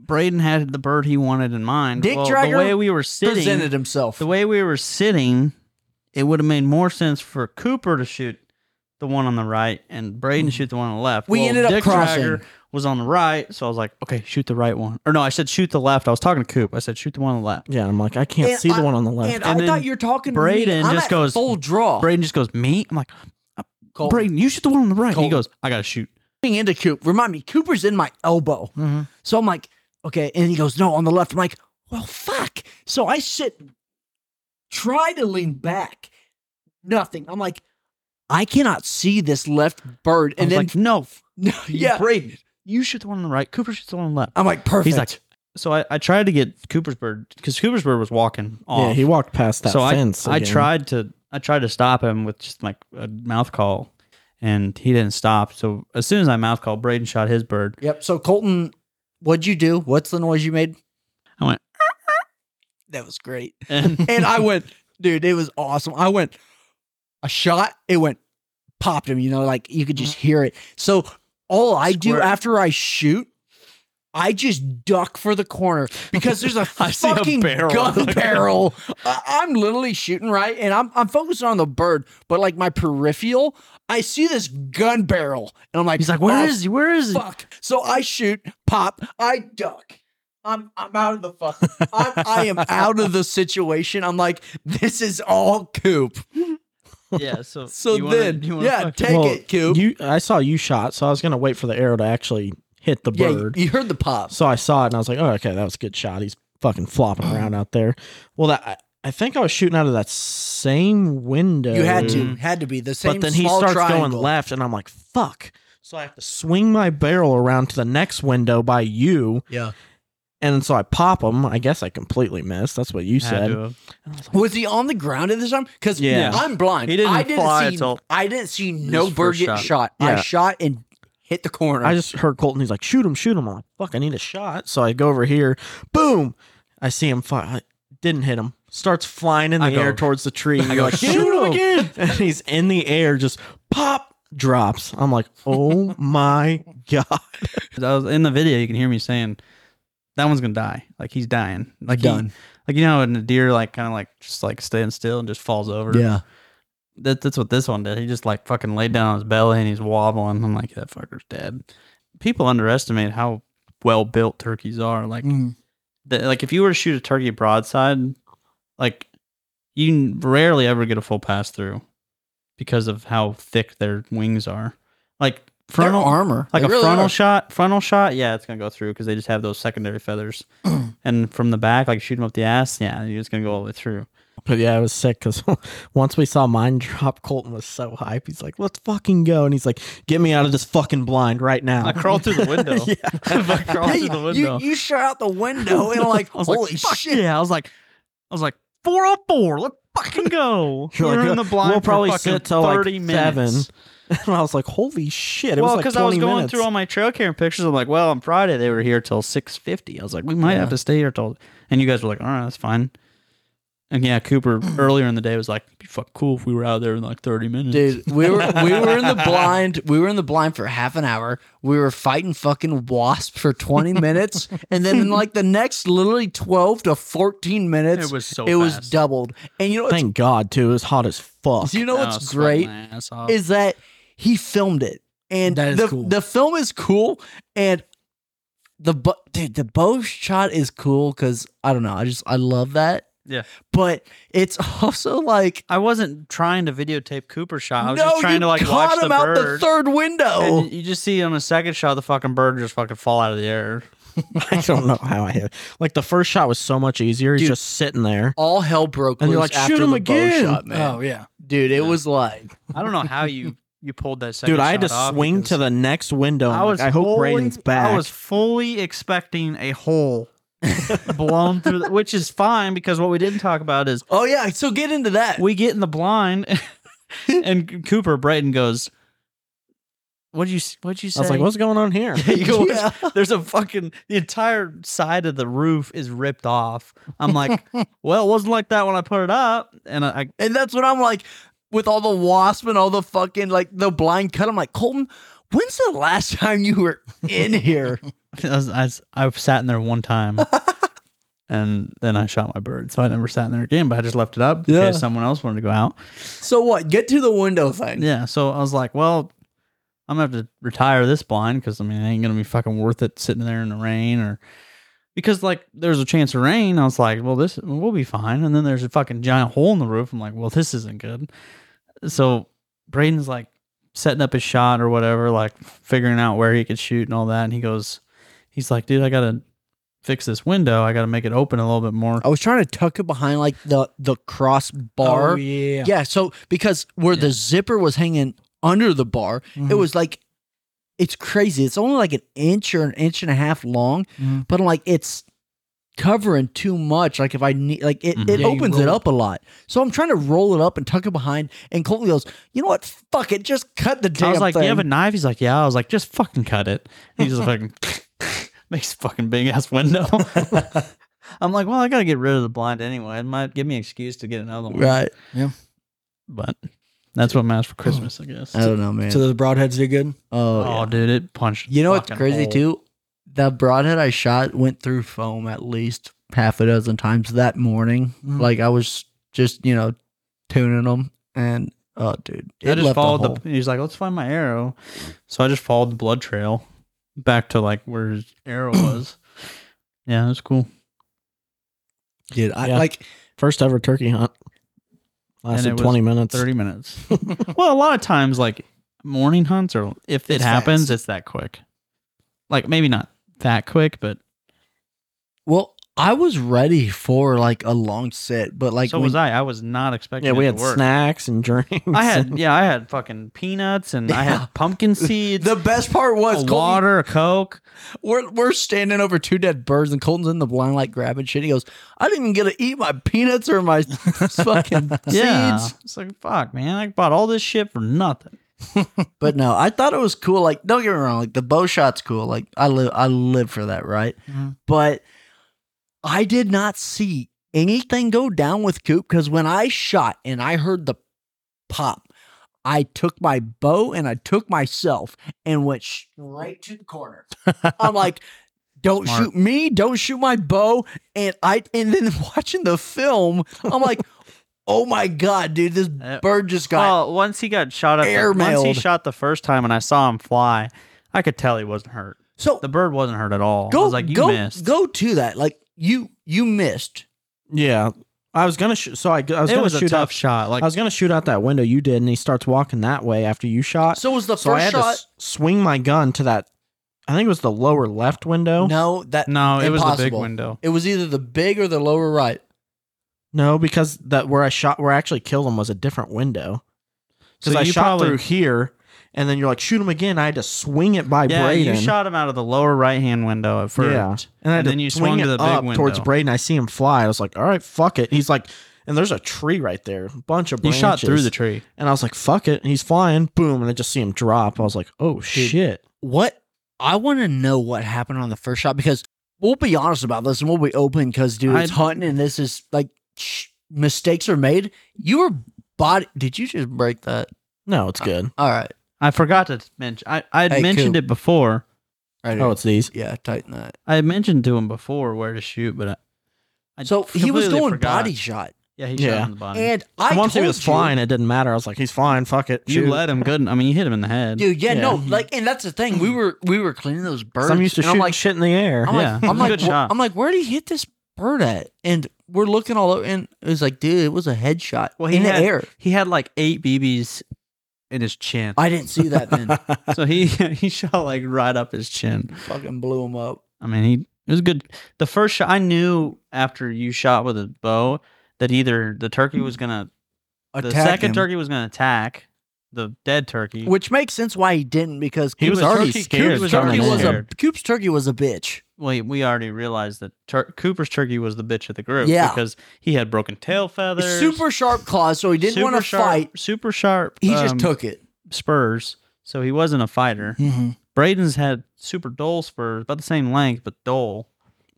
Speaker 5: Braden had the bird he wanted in mind.
Speaker 3: Dick
Speaker 5: well,
Speaker 3: Dragger
Speaker 5: the way we were sitting,
Speaker 3: Presented himself.
Speaker 5: the way we were sitting, it would have made more sense for Cooper to shoot the one on the right and Braden shoot the one on the left.
Speaker 3: Mm-hmm. We ended up crossing.
Speaker 5: Dragger was on the right, so I was like, okay, shoot the right one. Or no, I said shoot the left. I was talking to Coop. I said shoot the one on the left.
Speaker 1: Yeah, I'm like, I can't
Speaker 3: And
Speaker 1: see
Speaker 3: I-
Speaker 1: the one on the left.
Speaker 3: and,
Speaker 5: and
Speaker 3: I
Speaker 5: then
Speaker 3: thought you were talking to me.
Speaker 5: Braden
Speaker 3: I'm
Speaker 5: just
Speaker 3: at
Speaker 5: goes,
Speaker 3: full draw.
Speaker 5: Braden just goes, me? I'm like,
Speaker 3: Colton.
Speaker 5: Braden, you shoot the one on the right.
Speaker 3: Colton.
Speaker 5: He goes, I gotta shoot.
Speaker 3: leaning into Coop. Remind me, Cooper's in my elbow.
Speaker 5: Mhm.
Speaker 3: So I'm like, okay. And he goes, no, on the left. I'm like, well, fuck. So I sit, try to lean back. Nothing. I'm like, I cannot see this left bird.
Speaker 5: And
Speaker 3: And
Speaker 5: then,
Speaker 3: then,
Speaker 5: like, no,
Speaker 3: no, yeah.
Speaker 5: Braden, you shoot the one on the right. Cooper shoots the one on the left.
Speaker 3: I'm like, perfect.
Speaker 5: He's like, so I, I tried to get Cooper's bird because Cooper's bird was walking off.
Speaker 3: Oh.
Speaker 1: yeah, he walked past that
Speaker 5: so
Speaker 1: fence.
Speaker 5: I, I
Speaker 1: again.
Speaker 5: tried to I tried to stop him with just like a mouth call, and he didn't stop. So as soon as I mouth called, Braden shot his bird.
Speaker 3: yep. So Colton, what'd you do? What's the noise you made?
Speaker 5: I went,
Speaker 3: That was great.
Speaker 5: and
Speaker 3: And I went, dude, it was awesome. I went a shot, it went popped him, you know, like you could just hear it. So all I do
Speaker 5: Mm-hmm. Squirt.
Speaker 3: after I shoot, I just duck for the corner because there's a
Speaker 5: I see a
Speaker 3: fucking
Speaker 5: barrel.
Speaker 3: gun barrel. I- I'm literally shooting right, and I'm I'm focusing on the bird, but like my peripheral, I see this gun barrel, and I'm like,
Speaker 5: he's like, "Where
Speaker 3: "Oh,
Speaker 5: is he? Where is he?"
Speaker 3: fuck. So I shoot, pop, I duck. I'm I'm out of the fuck. I'm, I am out of the situation. I'm like, this is all Coop.
Speaker 5: Yeah. So
Speaker 3: So then, yeah, take
Speaker 1: Well,
Speaker 3: it, Coop.
Speaker 1: You, I saw you shot, so I was gonna wait for the arrow to actually hit the
Speaker 3: yeah,
Speaker 1: bird.
Speaker 3: you heard the pop.
Speaker 1: So I saw it and I was like, oh, okay, that was a good shot. He's fucking flopping around out there. Well, that I, I think I was shooting out of that same window.
Speaker 3: You had to, had to be the same.
Speaker 1: But then he
Speaker 3: small
Speaker 1: starts
Speaker 3: triangle.
Speaker 1: going left, and I'm like, fuck. So I have to swing my barrel around to the next window by you.
Speaker 3: Yeah.
Speaker 1: And so I pop him. I guess I completely missed. That's what you said.
Speaker 3: Was he on the ground at this time? Because
Speaker 5: Yeah.
Speaker 3: I'm blind.
Speaker 5: He didn't
Speaker 3: I didn't
Speaker 5: fly
Speaker 3: see.
Speaker 5: until
Speaker 3: I didn't see no
Speaker 5: his
Speaker 3: bird
Speaker 5: first
Speaker 3: get shot.
Speaker 5: shot.
Speaker 1: Yeah.
Speaker 3: I shot and hit the corner.
Speaker 1: I just heard Colton. He's like, shoot him, shoot him. I'm like, fuck, I need a shot. So I go over here. Boom. I see him. Fi- I didn't hit him. Starts flying in the
Speaker 5: I go-
Speaker 1: air towards the tree. And you're
Speaker 5: go,
Speaker 1: like,
Speaker 5: "Shoot
Speaker 1: shoot him again. And he's in the air, just pop, drops. I'm like, oh my God.
Speaker 5: I was in the video. You can hear me saying, "That one's gonna die. Like he's dying. Like he-
Speaker 3: Done.
Speaker 5: like you know, when a deer like kind of like just like stands still and just falls over.
Speaker 3: yeah.
Speaker 5: That, that's what this one did. He just like fucking laid down on his belly and he's wobbling. I'm like, that fucker's dead. People underestimate how well built turkeys are. Like,
Speaker 3: Mhm.
Speaker 5: the, like if you were to shoot a turkey broadside, like you n- rarely ever get a full pass through because of how thick their wings are. Like
Speaker 3: frontal armor.
Speaker 5: like
Speaker 3: They
Speaker 5: a
Speaker 3: really
Speaker 5: frontal
Speaker 3: are.
Speaker 5: shot, frontal shot, yeah, it's gonna go through because they just have those secondary feathers. and from the back, like shoot them up the ass, yeah, you're just gonna go all the way through.
Speaker 1: But yeah, it was sick because once we saw mine drop, Colton was so hype. He's like, "Let's fucking go!" And he's like, "Get me out of this fucking blind right now!"
Speaker 5: I crawled through the window. I crawled
Speaker 3: Hey,
Speaker 5: through the
Speaker 3: you,
Speaker 5: window.
Speaker 3: you shot out the window and I'm like,
Speaker 5: I was
Speaker 3: holy
Speaker 5: like, "Fuck
Speaker 3: shit.
Speaker 5: Yeah, I was like, I was like four oh four. Let's fucking go.
Speaker 1: You're
Speaker 5: We're
Speaker 1: like,
Speaker 5: in the
Speaker 1: "Uh,
Speaker 5: blind.
Speaker 1: We'll
Speaker 5: for
Speaker 1: probably
Speaker 5: fucking
Speaker 1: sit till
Speaker 5: thirty
Speaker 1: like
Speaker 5: minutes.
Speaker 1: seven. And I was like, "Holy shit!" It was
Speaker 5: well,
Speaker 1: like
Speaker 5: because
Speaker 1: twenty
Speaker 5: I was going
Speaker 1: minutes.
Speaker 5: through all my trail cam pictures, I'm like, well, on Friday they were here till six fifty. I was like, we might have to stay here till. And you guys were like, all right, that's fine. And yeah, Cooper earlier in the day was like, it'd be fuck cool if we were out there in like thirty minutes.
Speaker 3: Dude, we were we were in the blind. We were in the blind for half an hour. We were fighting fucking wasp for twenty minutes, and then in like the next literally twelve to fourteen minutes,
Speaker 5: It was so
Speaker 3: it was
Speaker 5: fast.
Speaker 3: doubled. And you know what's,
Speaker 1: Thank God, too. It was hot as fuck.
Speaker 3: you know
Speaker 5: I
Speaker 3: what's
Speaker 5: was
Speaker 3: great
Speaker 5: sweating my ass off.
Speaker 3: is that he filmed it, and
Speaker 6: That is
Speaker 3: the
Speaker 6: cool.
Speaker 3: the film is cool, and the bo- dude the bow shot is cool because I don't know, I just I love that.
Speaker 5: Yeah.
Speaker 3: but it's also like.
Speaker 5: I wasn't trying to videotape Cooper's shot. I was
Speaker 3: no,
Speaker 5: just trying
Speaker 3: you
Speaker 5: to like
Speaker 3: caught
Speaker 5: watch
Speaker 3: him
Speaker 5: the
Speaker 3: out
Speaker 5: bird.
Speaker 3: the third window.
Speaker 5: And you just see on the second shot, the fucking bird just fucking fall out of the air.
Speaker 1: I don't know how I hit. it. Like the first shot was so much easier. He's
Speaker 3: Dude.
Speaker 1: just sitting there.
Speaker 3: all hell broke
Speaker 1: And
Speaker 3: loose
Speaker 1: you're like,
Speaker 3: after
Speaker 1: "Shoot him
Speaker 3: the
Speaker 1: again."
Speaker 3: bow shot, man.
Speaker 6: Oh yeah.
Speaker 3: Dude, it was like
Speaker 5: I don't know how you you pulled that second.
Speaker 1: Dude, I had to
Speaker 5: shot off
Speaker 1: swing
Speaker 5: because
Speaker 1: to the next window. I, was like, I hope
Speaker 5: fully-
Speaker 1: Braden's back.
Speaker 5: I was fully expecting a hole blown through, the, which is fine because what we didn't talk about is
Speaker 3: Oh yeah, so get into that.
Speaker 5: we get in the blind, and Cooper Brayton goes, "What would you What would you say?"
Speaker 1: I was like, what's going on here?
Speaker 5: You go-
Speaker 3: Yeah.
Speaker 5: There's a fucking the entire side of the roof is ripped off. I'm like, well, it wasn't like that when I put it up, and I, I
Speaker 3: And that's what I'm like with all the wasp and all the fucking like the blind cut. I'm like, Colton, when's the last time you were in here?
Speaker 5: I, was, I, was- I sat in there one time and then I shot my bird. So I never sat in there again, but I just left it up in
Speaker 3: Yeah.
Speaker 5: case someone else wanted to go out.
Speaker 3: so what? Get to the window thing.
Speaker 5: Yeah. So I was like, well, I'm going to have to retire this blind because I mean, it ain't going to be fucking worth it sitting there in the rain or because like there's a chance of rain. I was like, well, this we'll be fine. And then there's a fucking giant hole in the roof. I'm like, well, this isn't good. So Braden's like setting up his shot or whatever, like figuring out where he could shoot and all that. And he goes, he's like, dude, I got to fix this window. I got to make it open a little bit more.
Speaker 3: I was trying to tuck it behind like the the cross bar.
Speaker 6: Oh, yeah.
Speaker 3: Yeah, so because where the zipper was hanging under the bar, it
Speaker 5: Mm-hmm.
Speaker 6: Mhm.
Speaker 3: was like it's crazy. It's only like an inch or an inch and a half long,
Speaker 5: Mm-hmm.
Speaker 6: Mhm.
Speaker 3: but I'm like it's covering too much. Like if I need, like
Speaker 5: Mm-hmm.
Speaker 3: it, it
Speaker 6: Yeah, you
Speaker 3: opens it
Speaker 6: roll
Speaker 3: up a lot. So I'm trying to roll it up and tuck it behind. And Colton goes, "You know what? Fuck it, just cut the damn
Speaker 5: I was like,
Speaker 3: thing."
Speaker 5: "Do you have a knife?" He's like, "Yeah." I was like, "Just fucking cut it." He just fucking makes a fucking big ass window. I'm like, "Well, I gotta get rid of the blind anyway. It might give me an excuse to get another one."
Speaker 3: right?
Speaker 5: But that's what matters for Christmas, I guess.
Speaker 3: I don't know, man.
Speaker 6: So those broadheads did good.
Speaker 3: oh,
Speaker 5: oh,
Speaker 3: yeah.
Speaker 5: dude, it punched.
Speaker 3: you know what's
Speaker 5: fucking
Speaker 3: crazy
Speaker 5: hole.
Speaker 3: too? The broadhead I shot went through foam at least half a dozen times that morning.
Speaker 5: Mm-hmm.
Speaker 6: Mhm.
Speaker 3: Like I was just you know tuning them, and oh, dude, it
Speaker 5: I just
Speaker 3: left a
Speaker 5: followed
Speaker 3: hole.
Speaker 5: the. He's like, "Let's find my arrow." So I just followed the blood trail back to like where his arrow was. Yeah, it was cool.
Speaker 3: dude. I
Speaker 1: Yeah.
Speaker 3: like
Speaker 1: First ever turkey hunt.
Speaker 5: it
Speaker 1: Lasted
Speaker 5: was
Speaker 1: 20 minutes.
Speaker 5: 30 minutes. well, a lot of times, like morning hunts, or if it
Speaker 6: It's
Speaker 5: happens,
Speaker 6: fast.
Speaker 5: it's that quick. Like, maybe not that quick, but
Speaker 3: Well, I was ready for like a long sit, but like
Speaker 5: so
Speaker 3: when-
Speaker 5: was I. I was not expecting
Speaker 1: Yeah, we
Speaker 5: it
Speaker 1: had
Speaker 5: to work.
Speaker 1: snacks and drinks.
Speaker 5: I had, yeah, I had fucking peanuts and I
Speaker 3: Yeah.
Speaker 5: had pumpkin seeds,
Speaker 3: the best part
Speaker 5: a
Speaker 3: was Colton,
Speaker 5: water, a Coke.
Speaker 3: We're we're standing over two dead birds, and Colton's in the blind like grabbing shit. He goes, "I didn't even get to eat my peanuts or my fucking
Speaker 5: Yeah.
Speaker 3: seeds."
Speaker 5: It's like, fuck, man. I bought all this shit for nothing.
Speaker 3: But no, I thought it was cool. Like, don't get me wrong, like the bow shot's cool. Like, I live I live for that, right?
Speaker 5: Mhm.
Speaker 3: But I did not see anything go down with Coop because when I shot and I heard the pop, I took my bow and I took myself and went straight to the corner. I'm like, don't
Speaker 5: Smart.
Speaker 3: shoot me, don't shoot my bow. And I and then watching the film, I'm like, oh my god, dude, this
Speaker 5: Uh,
Speaker 3: bird just got
Speaker 5: well, once he got shot up,
Speaker 3: air
Speaker 5: once he
Speaker 3: mailed.
Speaker 5: shot the first time and I saw him fly, I could tell he wasn't hurt.
Speaker 3: so
Speaker 5: The bird wasn't hurt at all. I
Speaker 3: go
Speaker 5: was like, you
Speaker 3: go
Speaker 5: missed.
Speaker 3: go to that like you you missed
Speaker 1: Yeah. I was gonna shoot. So I, I was
Speaker 5: it
Speaker 1: gonna
Speaker 5: was a
Speaker 1: shoot
Speaker 5: tough
Speaker 1: out.
Speaker 5: shot. Like
Speaker 1: I was gonna shoot out that window you did, and he starts walking that way after you shot.
Speaker 3: So was the
Speaker 1: So I
Speaker 3: first
Speaker 1: had to
Speaker 3: shot.
Speaker 1: s- swing my gun to that. I think it was the lower left window.
Speaker 3: No, that
Speaker 5: no, it was the big
Speaker 3: impossible.
Speaker 5: window.
Speaker 3: It was either the big or the lower right.
Speaker 1: No, because that where I shot, where I actually killed him was a different window. Because
Speaker 5: So
Speaker 1: I
Speaker 5: you
Speaker 1: shot
Speaker 5: probably-
Speaker 1: through here, and then you're like, shoot him again. I had to swing it by
Speaker 5: Yeah,
Speaker 1: Braden.
Speaker 5: you shot him out of the lower right hand window at first.
Speaker 1: Yeah. And, I had
Speaker 5: And
Speaker 1: to
Speaker 5: then you
Speaker 1: swing
Speaker 5: swung to
Speaker 1: it
Speaker 5: the big
Speaker 1: up towards
Speaker 5: window.
Speaker 1: Braden. I see him fly. I was like, all right, fuck it. He's like, and there's a tree right there, a bunch of
Speaker 5: You
Speaker 1: branches.
Speaker 5: shot through the tree.
Speaker 1: and I was like, fuck it. And he's flying, boom. And I just see him drop. I was like, oh shit.
Speaker 3: What I want to know what happened on the first shot because we'll be honest about this and we'll be open because dude, it's
Speaker 5: I-
Speaker 3: hunting and this is like sh- mistakes are made. You were body. Did you just break that?
Speaker 1: No, it's good.
Speaker 3: All right,
Speaker 5: I forgot to mention. I I had
Speaker 3: Hey,
Speaker 5: mentioned
Speaker 3: Coop.
Speaker 5: it before.
Speaker 3: right.
Speaker 1: oh,
Speaker 3: here.
Speaker 1: it's these.
Speaker 3: yeah, tighten that.
Speaker 5: I had mentioned to him before where to shoot, but I, I
Speaker 3: So he was
Speaker 5: completely
Speaker 3: doing
Speaker 5: forgot.
Speaker 3: body shot,
Speaker 5: Yeah, he
Speaker 1: Yeah.
Speaker 5: shot him in the body.
Speaker 3: and I
Speaker 1: Um, Once he
Speaker 3: told
Speaker 1: was
Speaker 3: you-
Speaker 1: flying, it didn't matter. I was like, he's flying. Fuck it.
Speaker 5: you
Speaker 1: shoot.
Speaker 5: let him good. I mean, you hit him in the head.
Speaker 3: dude. Yeah,
Speaker 1: Yeah.
Speaker 3: no, like, and that's the thing. We were we were cleaning those birds.
Speaker 1: 'Cause I'm used to
Speaker 3: and I'm
Speaker 1: shooting
Speaker 3: like,
Speaker 1: shit in the air.
Speaker 3: I'm
Speaker 5: Yeah,
Speaker 3: like, I'm like,
Speaker 5: good
Speaker 3: "Wh-
Speaker 5: shot.
Speaker 3: I'm like, where did he hit this bird at? And we're looking all over, and it was like, dude, it was a headshot
Speaker 5: Well, he
Speaker 3: in the
Speaker 5: had-
Speaker 3: air.
Speaker 5: He had like eight BBs in his chin.
Speaker 3: I didn't see that then.
Speaker 5: so he he shot like right up his chin.
Speaker 3: Fucking blew him up.
Speaker 5: I mean, he it was good. The first shot I knew after you shot with a bow that either the turkey was gonna the
Speaker 3: Attack
Speaker 5: second
Speaker 3: him.
Speaker 5: turkey was gonna attack the dead turkey.
Speaker 3: which makes sense why he didn't because
Speaker 1: He was
Speaker 3: Cooper's
Speaker 1: already
Speaker 3: turkey-
Speaker 1: scared
Speaker 3: Coop's
Speaker 1: coming
Speaker 3: turkey
Speaker 1: in.
Speaker 3: was a
Speaker 5: Scared.
Speaker 3: Coop's turkey was a bitch.
Speaker 5: Wait, we already realized that tur- Cooper's turkey was the bitch of the group
Speaker 3: Yeah.
Speaker 5: because he had broken tail feathers,
Speaker 3: Super sharp claws, so he didn't
Speaker 5: super
Speaker 3: want to
Speaker 5: sharp-
Speaker 3: fight.
Speaker 5: super sharp.
Speaker 3: He just
Speaker 5: um,
Speaker 3: took Mm-hmm. it.
Speaker 5: spurs, so he wasn't a fighter. Braden's had super dull spurs, about the same length, but dull.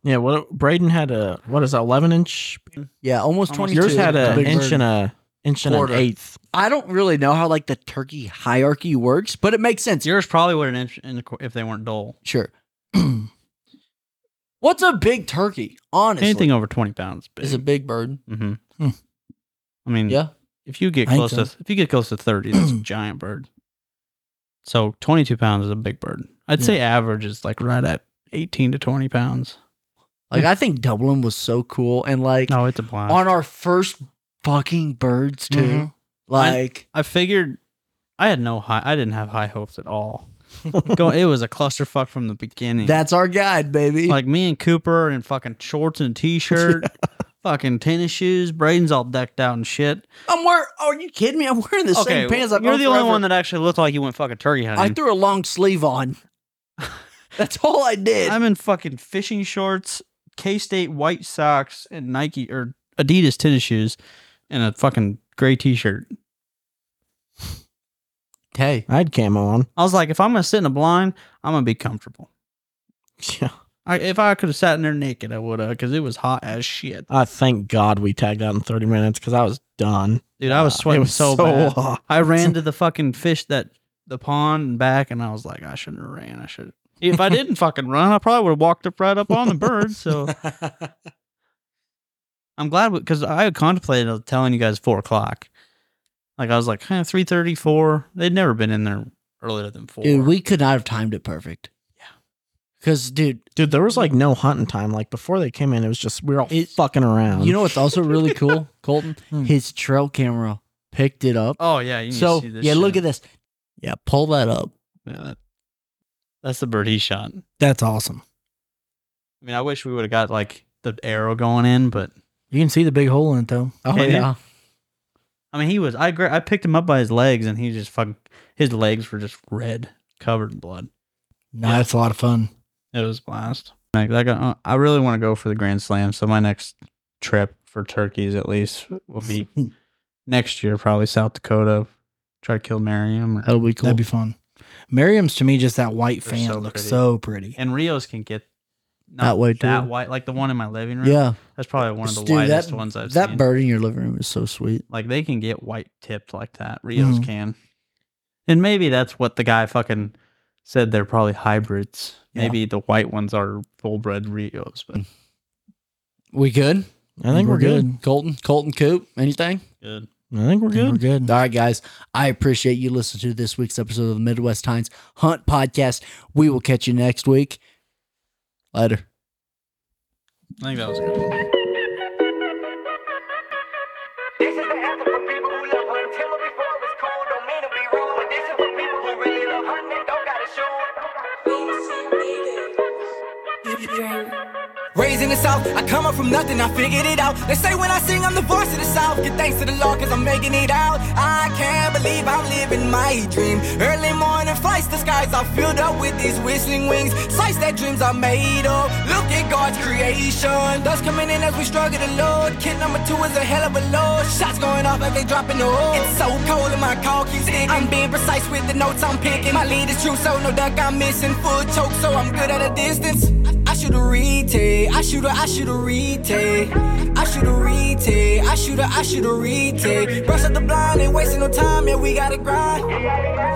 Speaker 1: yeah, what Braden had a what is that, eleven inch
Speaker 3: Yeah, almost
Speaker 5: Almost-
Speaker 3: twenty.
Speaker 1: Yours had
Speaker 5: a
Speaker 1: an
Speaker 5: big
Speaker 1: inch and a inch and an
Speaker 3: Quarter.
Speaker 1: eighth.
Speaker 3: I don't really know how like the turkey hierarchy works, but it makes sense.
Speaker 5: Yours probably would an inch in the qu- if they weren't dull.
Speaker 3: sure. What's a big turkey? Honestly,
Speaker 5: Anything over twenty pounds
Speaker 3: is a big bird.
Speaker 5: Mm-hmm.
Speaker 6: Hmm.
Speaker 5: I mean,
Speaker 3: Yeah.
Speaker 5: If you get
Speaker 6: I think
Speaker 5: close to if you get close to thirty, that's a giant bird. So twenty two pounds is a big bird. I'd say average is like right at eighteen to twenty pounds.
Speaker 3: Like I think Dublin was so cool, and like
Speaker 5: No, it's a blast.
Speaker 3: on our first fucking birds too.
Speaker 6: Mhm.
Speaker 5: Mm-hmm.
Speaker 3: Like
Speaker 5: I figured I had no high. I didn't have high hopes at all. Go. It was a clusterfuck from the beginning.
Speaker 3: that's our guide, baby.
Speaker 5: like me and Cooper in fucking shorts and t shirt, fucking tennis shoes. Braden's all decked out and shit.
Speaker 3: I'm wearing. Are you kidding me? I'm wearing the same pants. I've
Speaker 5: you're
Speaker 3: owned
Speaker 5: the only
Speaker 3: forever.
Speaker 5: one that actually looked like you went fucking turkey
Speaker 3: I
Speaker 5: hunting.
Speaker 3: threw a long sleeve on. That's all I did.
Speaker 5: I'm in fucking fishing shorts, K State white socks, and Nike or Adidas tennis shoes, and a fucking gray t shirt.
Speaker 3: hey,
Speaker 1: I had camo on.
Speaker 5: I was like, if I'm gonna sit in a blind, I'm gonna be comfortable.
Speaker 1: Yeah.
Speaker 5: I, if I could have sat in there naked, I would have, because it was hot as shit.
Speaker 1: I thank God we tagged out in 30 minutes because I was done.
Speaker 5: Dude, I was
Speaker 1: Uh, it
Speaker 5: sweating
Speaker 1: was
Speaker 5: so,
Speaker 1: so
Speaker 5: bad.
Speaker 1: hot.
Speaker 5: I ran to the fucking fish that the pond and back, and I was like, I shouldn't have ran. I should. If I didn't fucking run, I probably would have walked up right up on the bird. So I'm glad because I had contemplated telling you guys four o'clock. Like I was like, eh, three thirty, four. They'd never been in there earlier than four.
Speaker 3: dude, we could not have timed it perfect.
Speaker 5: Yeah.
Speaker 3: Because, dude,
Speaker 1: Dude, there was like no hunting time. Like before they came in, it was just, we were all
Speaker 3: It-
Speaker 1: fucking around.
Speaker 3: you know what's also really cool, Colton?
Speaker 6: Hmm.
Speaker 3: His trail camera picked it up.
Speaker 5: oh yeah, you
Speaker 3: so,
Speaker 5: can see
Speaker 3: yeah,
Speaker 5: this
Speaker 3: look at this. Yeah, pull that up.
Speaker 5: Yeah, that- that's the bird he shot.
Speaker 6: That's awesome.
Speaker 5: I mean, I wish we would have got like the arrow going in, but
Speaker 6: You can see the big hole in it though.
Speaker 3: Oh,
Speaker 5: Hey, dude.
Speaker 3: yeah.
Speaker 5: I mean, he was. I gra- I picked him up by his legs, and he just fucking his legs were just red, covered in blood.
Speaker 6: No, that's a lot of fun.
Speaker 5: It was a blast. Like, like uh, I really want to go for the Grand Slam. So my next trip for turkeys, at least, will be next year, probably South Dakota. Try to kill Merriam. Or,
Speaker 3: That'll be cool.
Speaker 6: That'd be fun. Miriam's to me just that white
Speaker 5: They're
Speaker 6: fan
Speaker 5: so
Speaker 6: looks
Speaker 5: pretty.
Speaker 6: so pretty.
Speaker 5: and Rios can get not
Speaker 3: That way,
Speaker 5: That
Speaker 3: too.
Speaker 5: white, like the one in my living room.
Speaker 3: yeah.
Speaker 5: that's probably one of the
Speaker 3: Dude,
Speaker 5: whitest
Speaker 3: that,
Speaker 5: ones I've
Speaker 3: That
Speaker 5: seen.
Speaker 3: bird in your living room is so sweet.
Speaker 5: Like they can get white tipped like that. Rios
Speaker 6: Mhm.
Speaker 5: can. And maybe that's what the guy fucking said. They're probably hybrids.
Speaker 6: Yeah.
Speaker 5: Maybe the white ones are full bred Rios, but
Speaker 3: We good?
Speaker 1: I think we're, good.
Speaker 3: Colton, Colton Coop, anything?
Speaker 5: good.
Speaker 1: I think we're
Speaker 6: We're
Speaker 1: good.
Speaker 6: good.
Speaker 3: All right, guys. I appreciate you listening to this week's episode of the Midwest Times Hunt Podcast. We will catch you next week. Later.
Speaker 5: I think that was a good. one.
Speaker 2: This is the anthem for people who love hunting. Timber before it's cool, don't mean to be rude. But this is for people who really love hunting, don't gotta
Speaker 4: Raised in the South, I come up from nothing, I figured it out. They say when I sing, I'm the voice of the South. Give thanks to the Lord, cause I'm making it out. I can't believe I'm living my dream. Early morning flights, the skies are filled up with these whistling wings. Sights that dreams are made of. Look at God's creation. Dust coming in as we struggle to load. Kid number two is a hell of a load. Shots going off as they dropping the hole. It's so cold and my call keeps hitting. I'm being precise with the notes I'm picking. My lead is true, so no duck I'm missing. Full choke, so I'm good at a distance. I should have retake. I should have, I should have retake. I should have retake. I should have, I should have retake. Brush up the blind, ain't wasting no time, yeah, we gotta grind.
Speaker 2: shoot.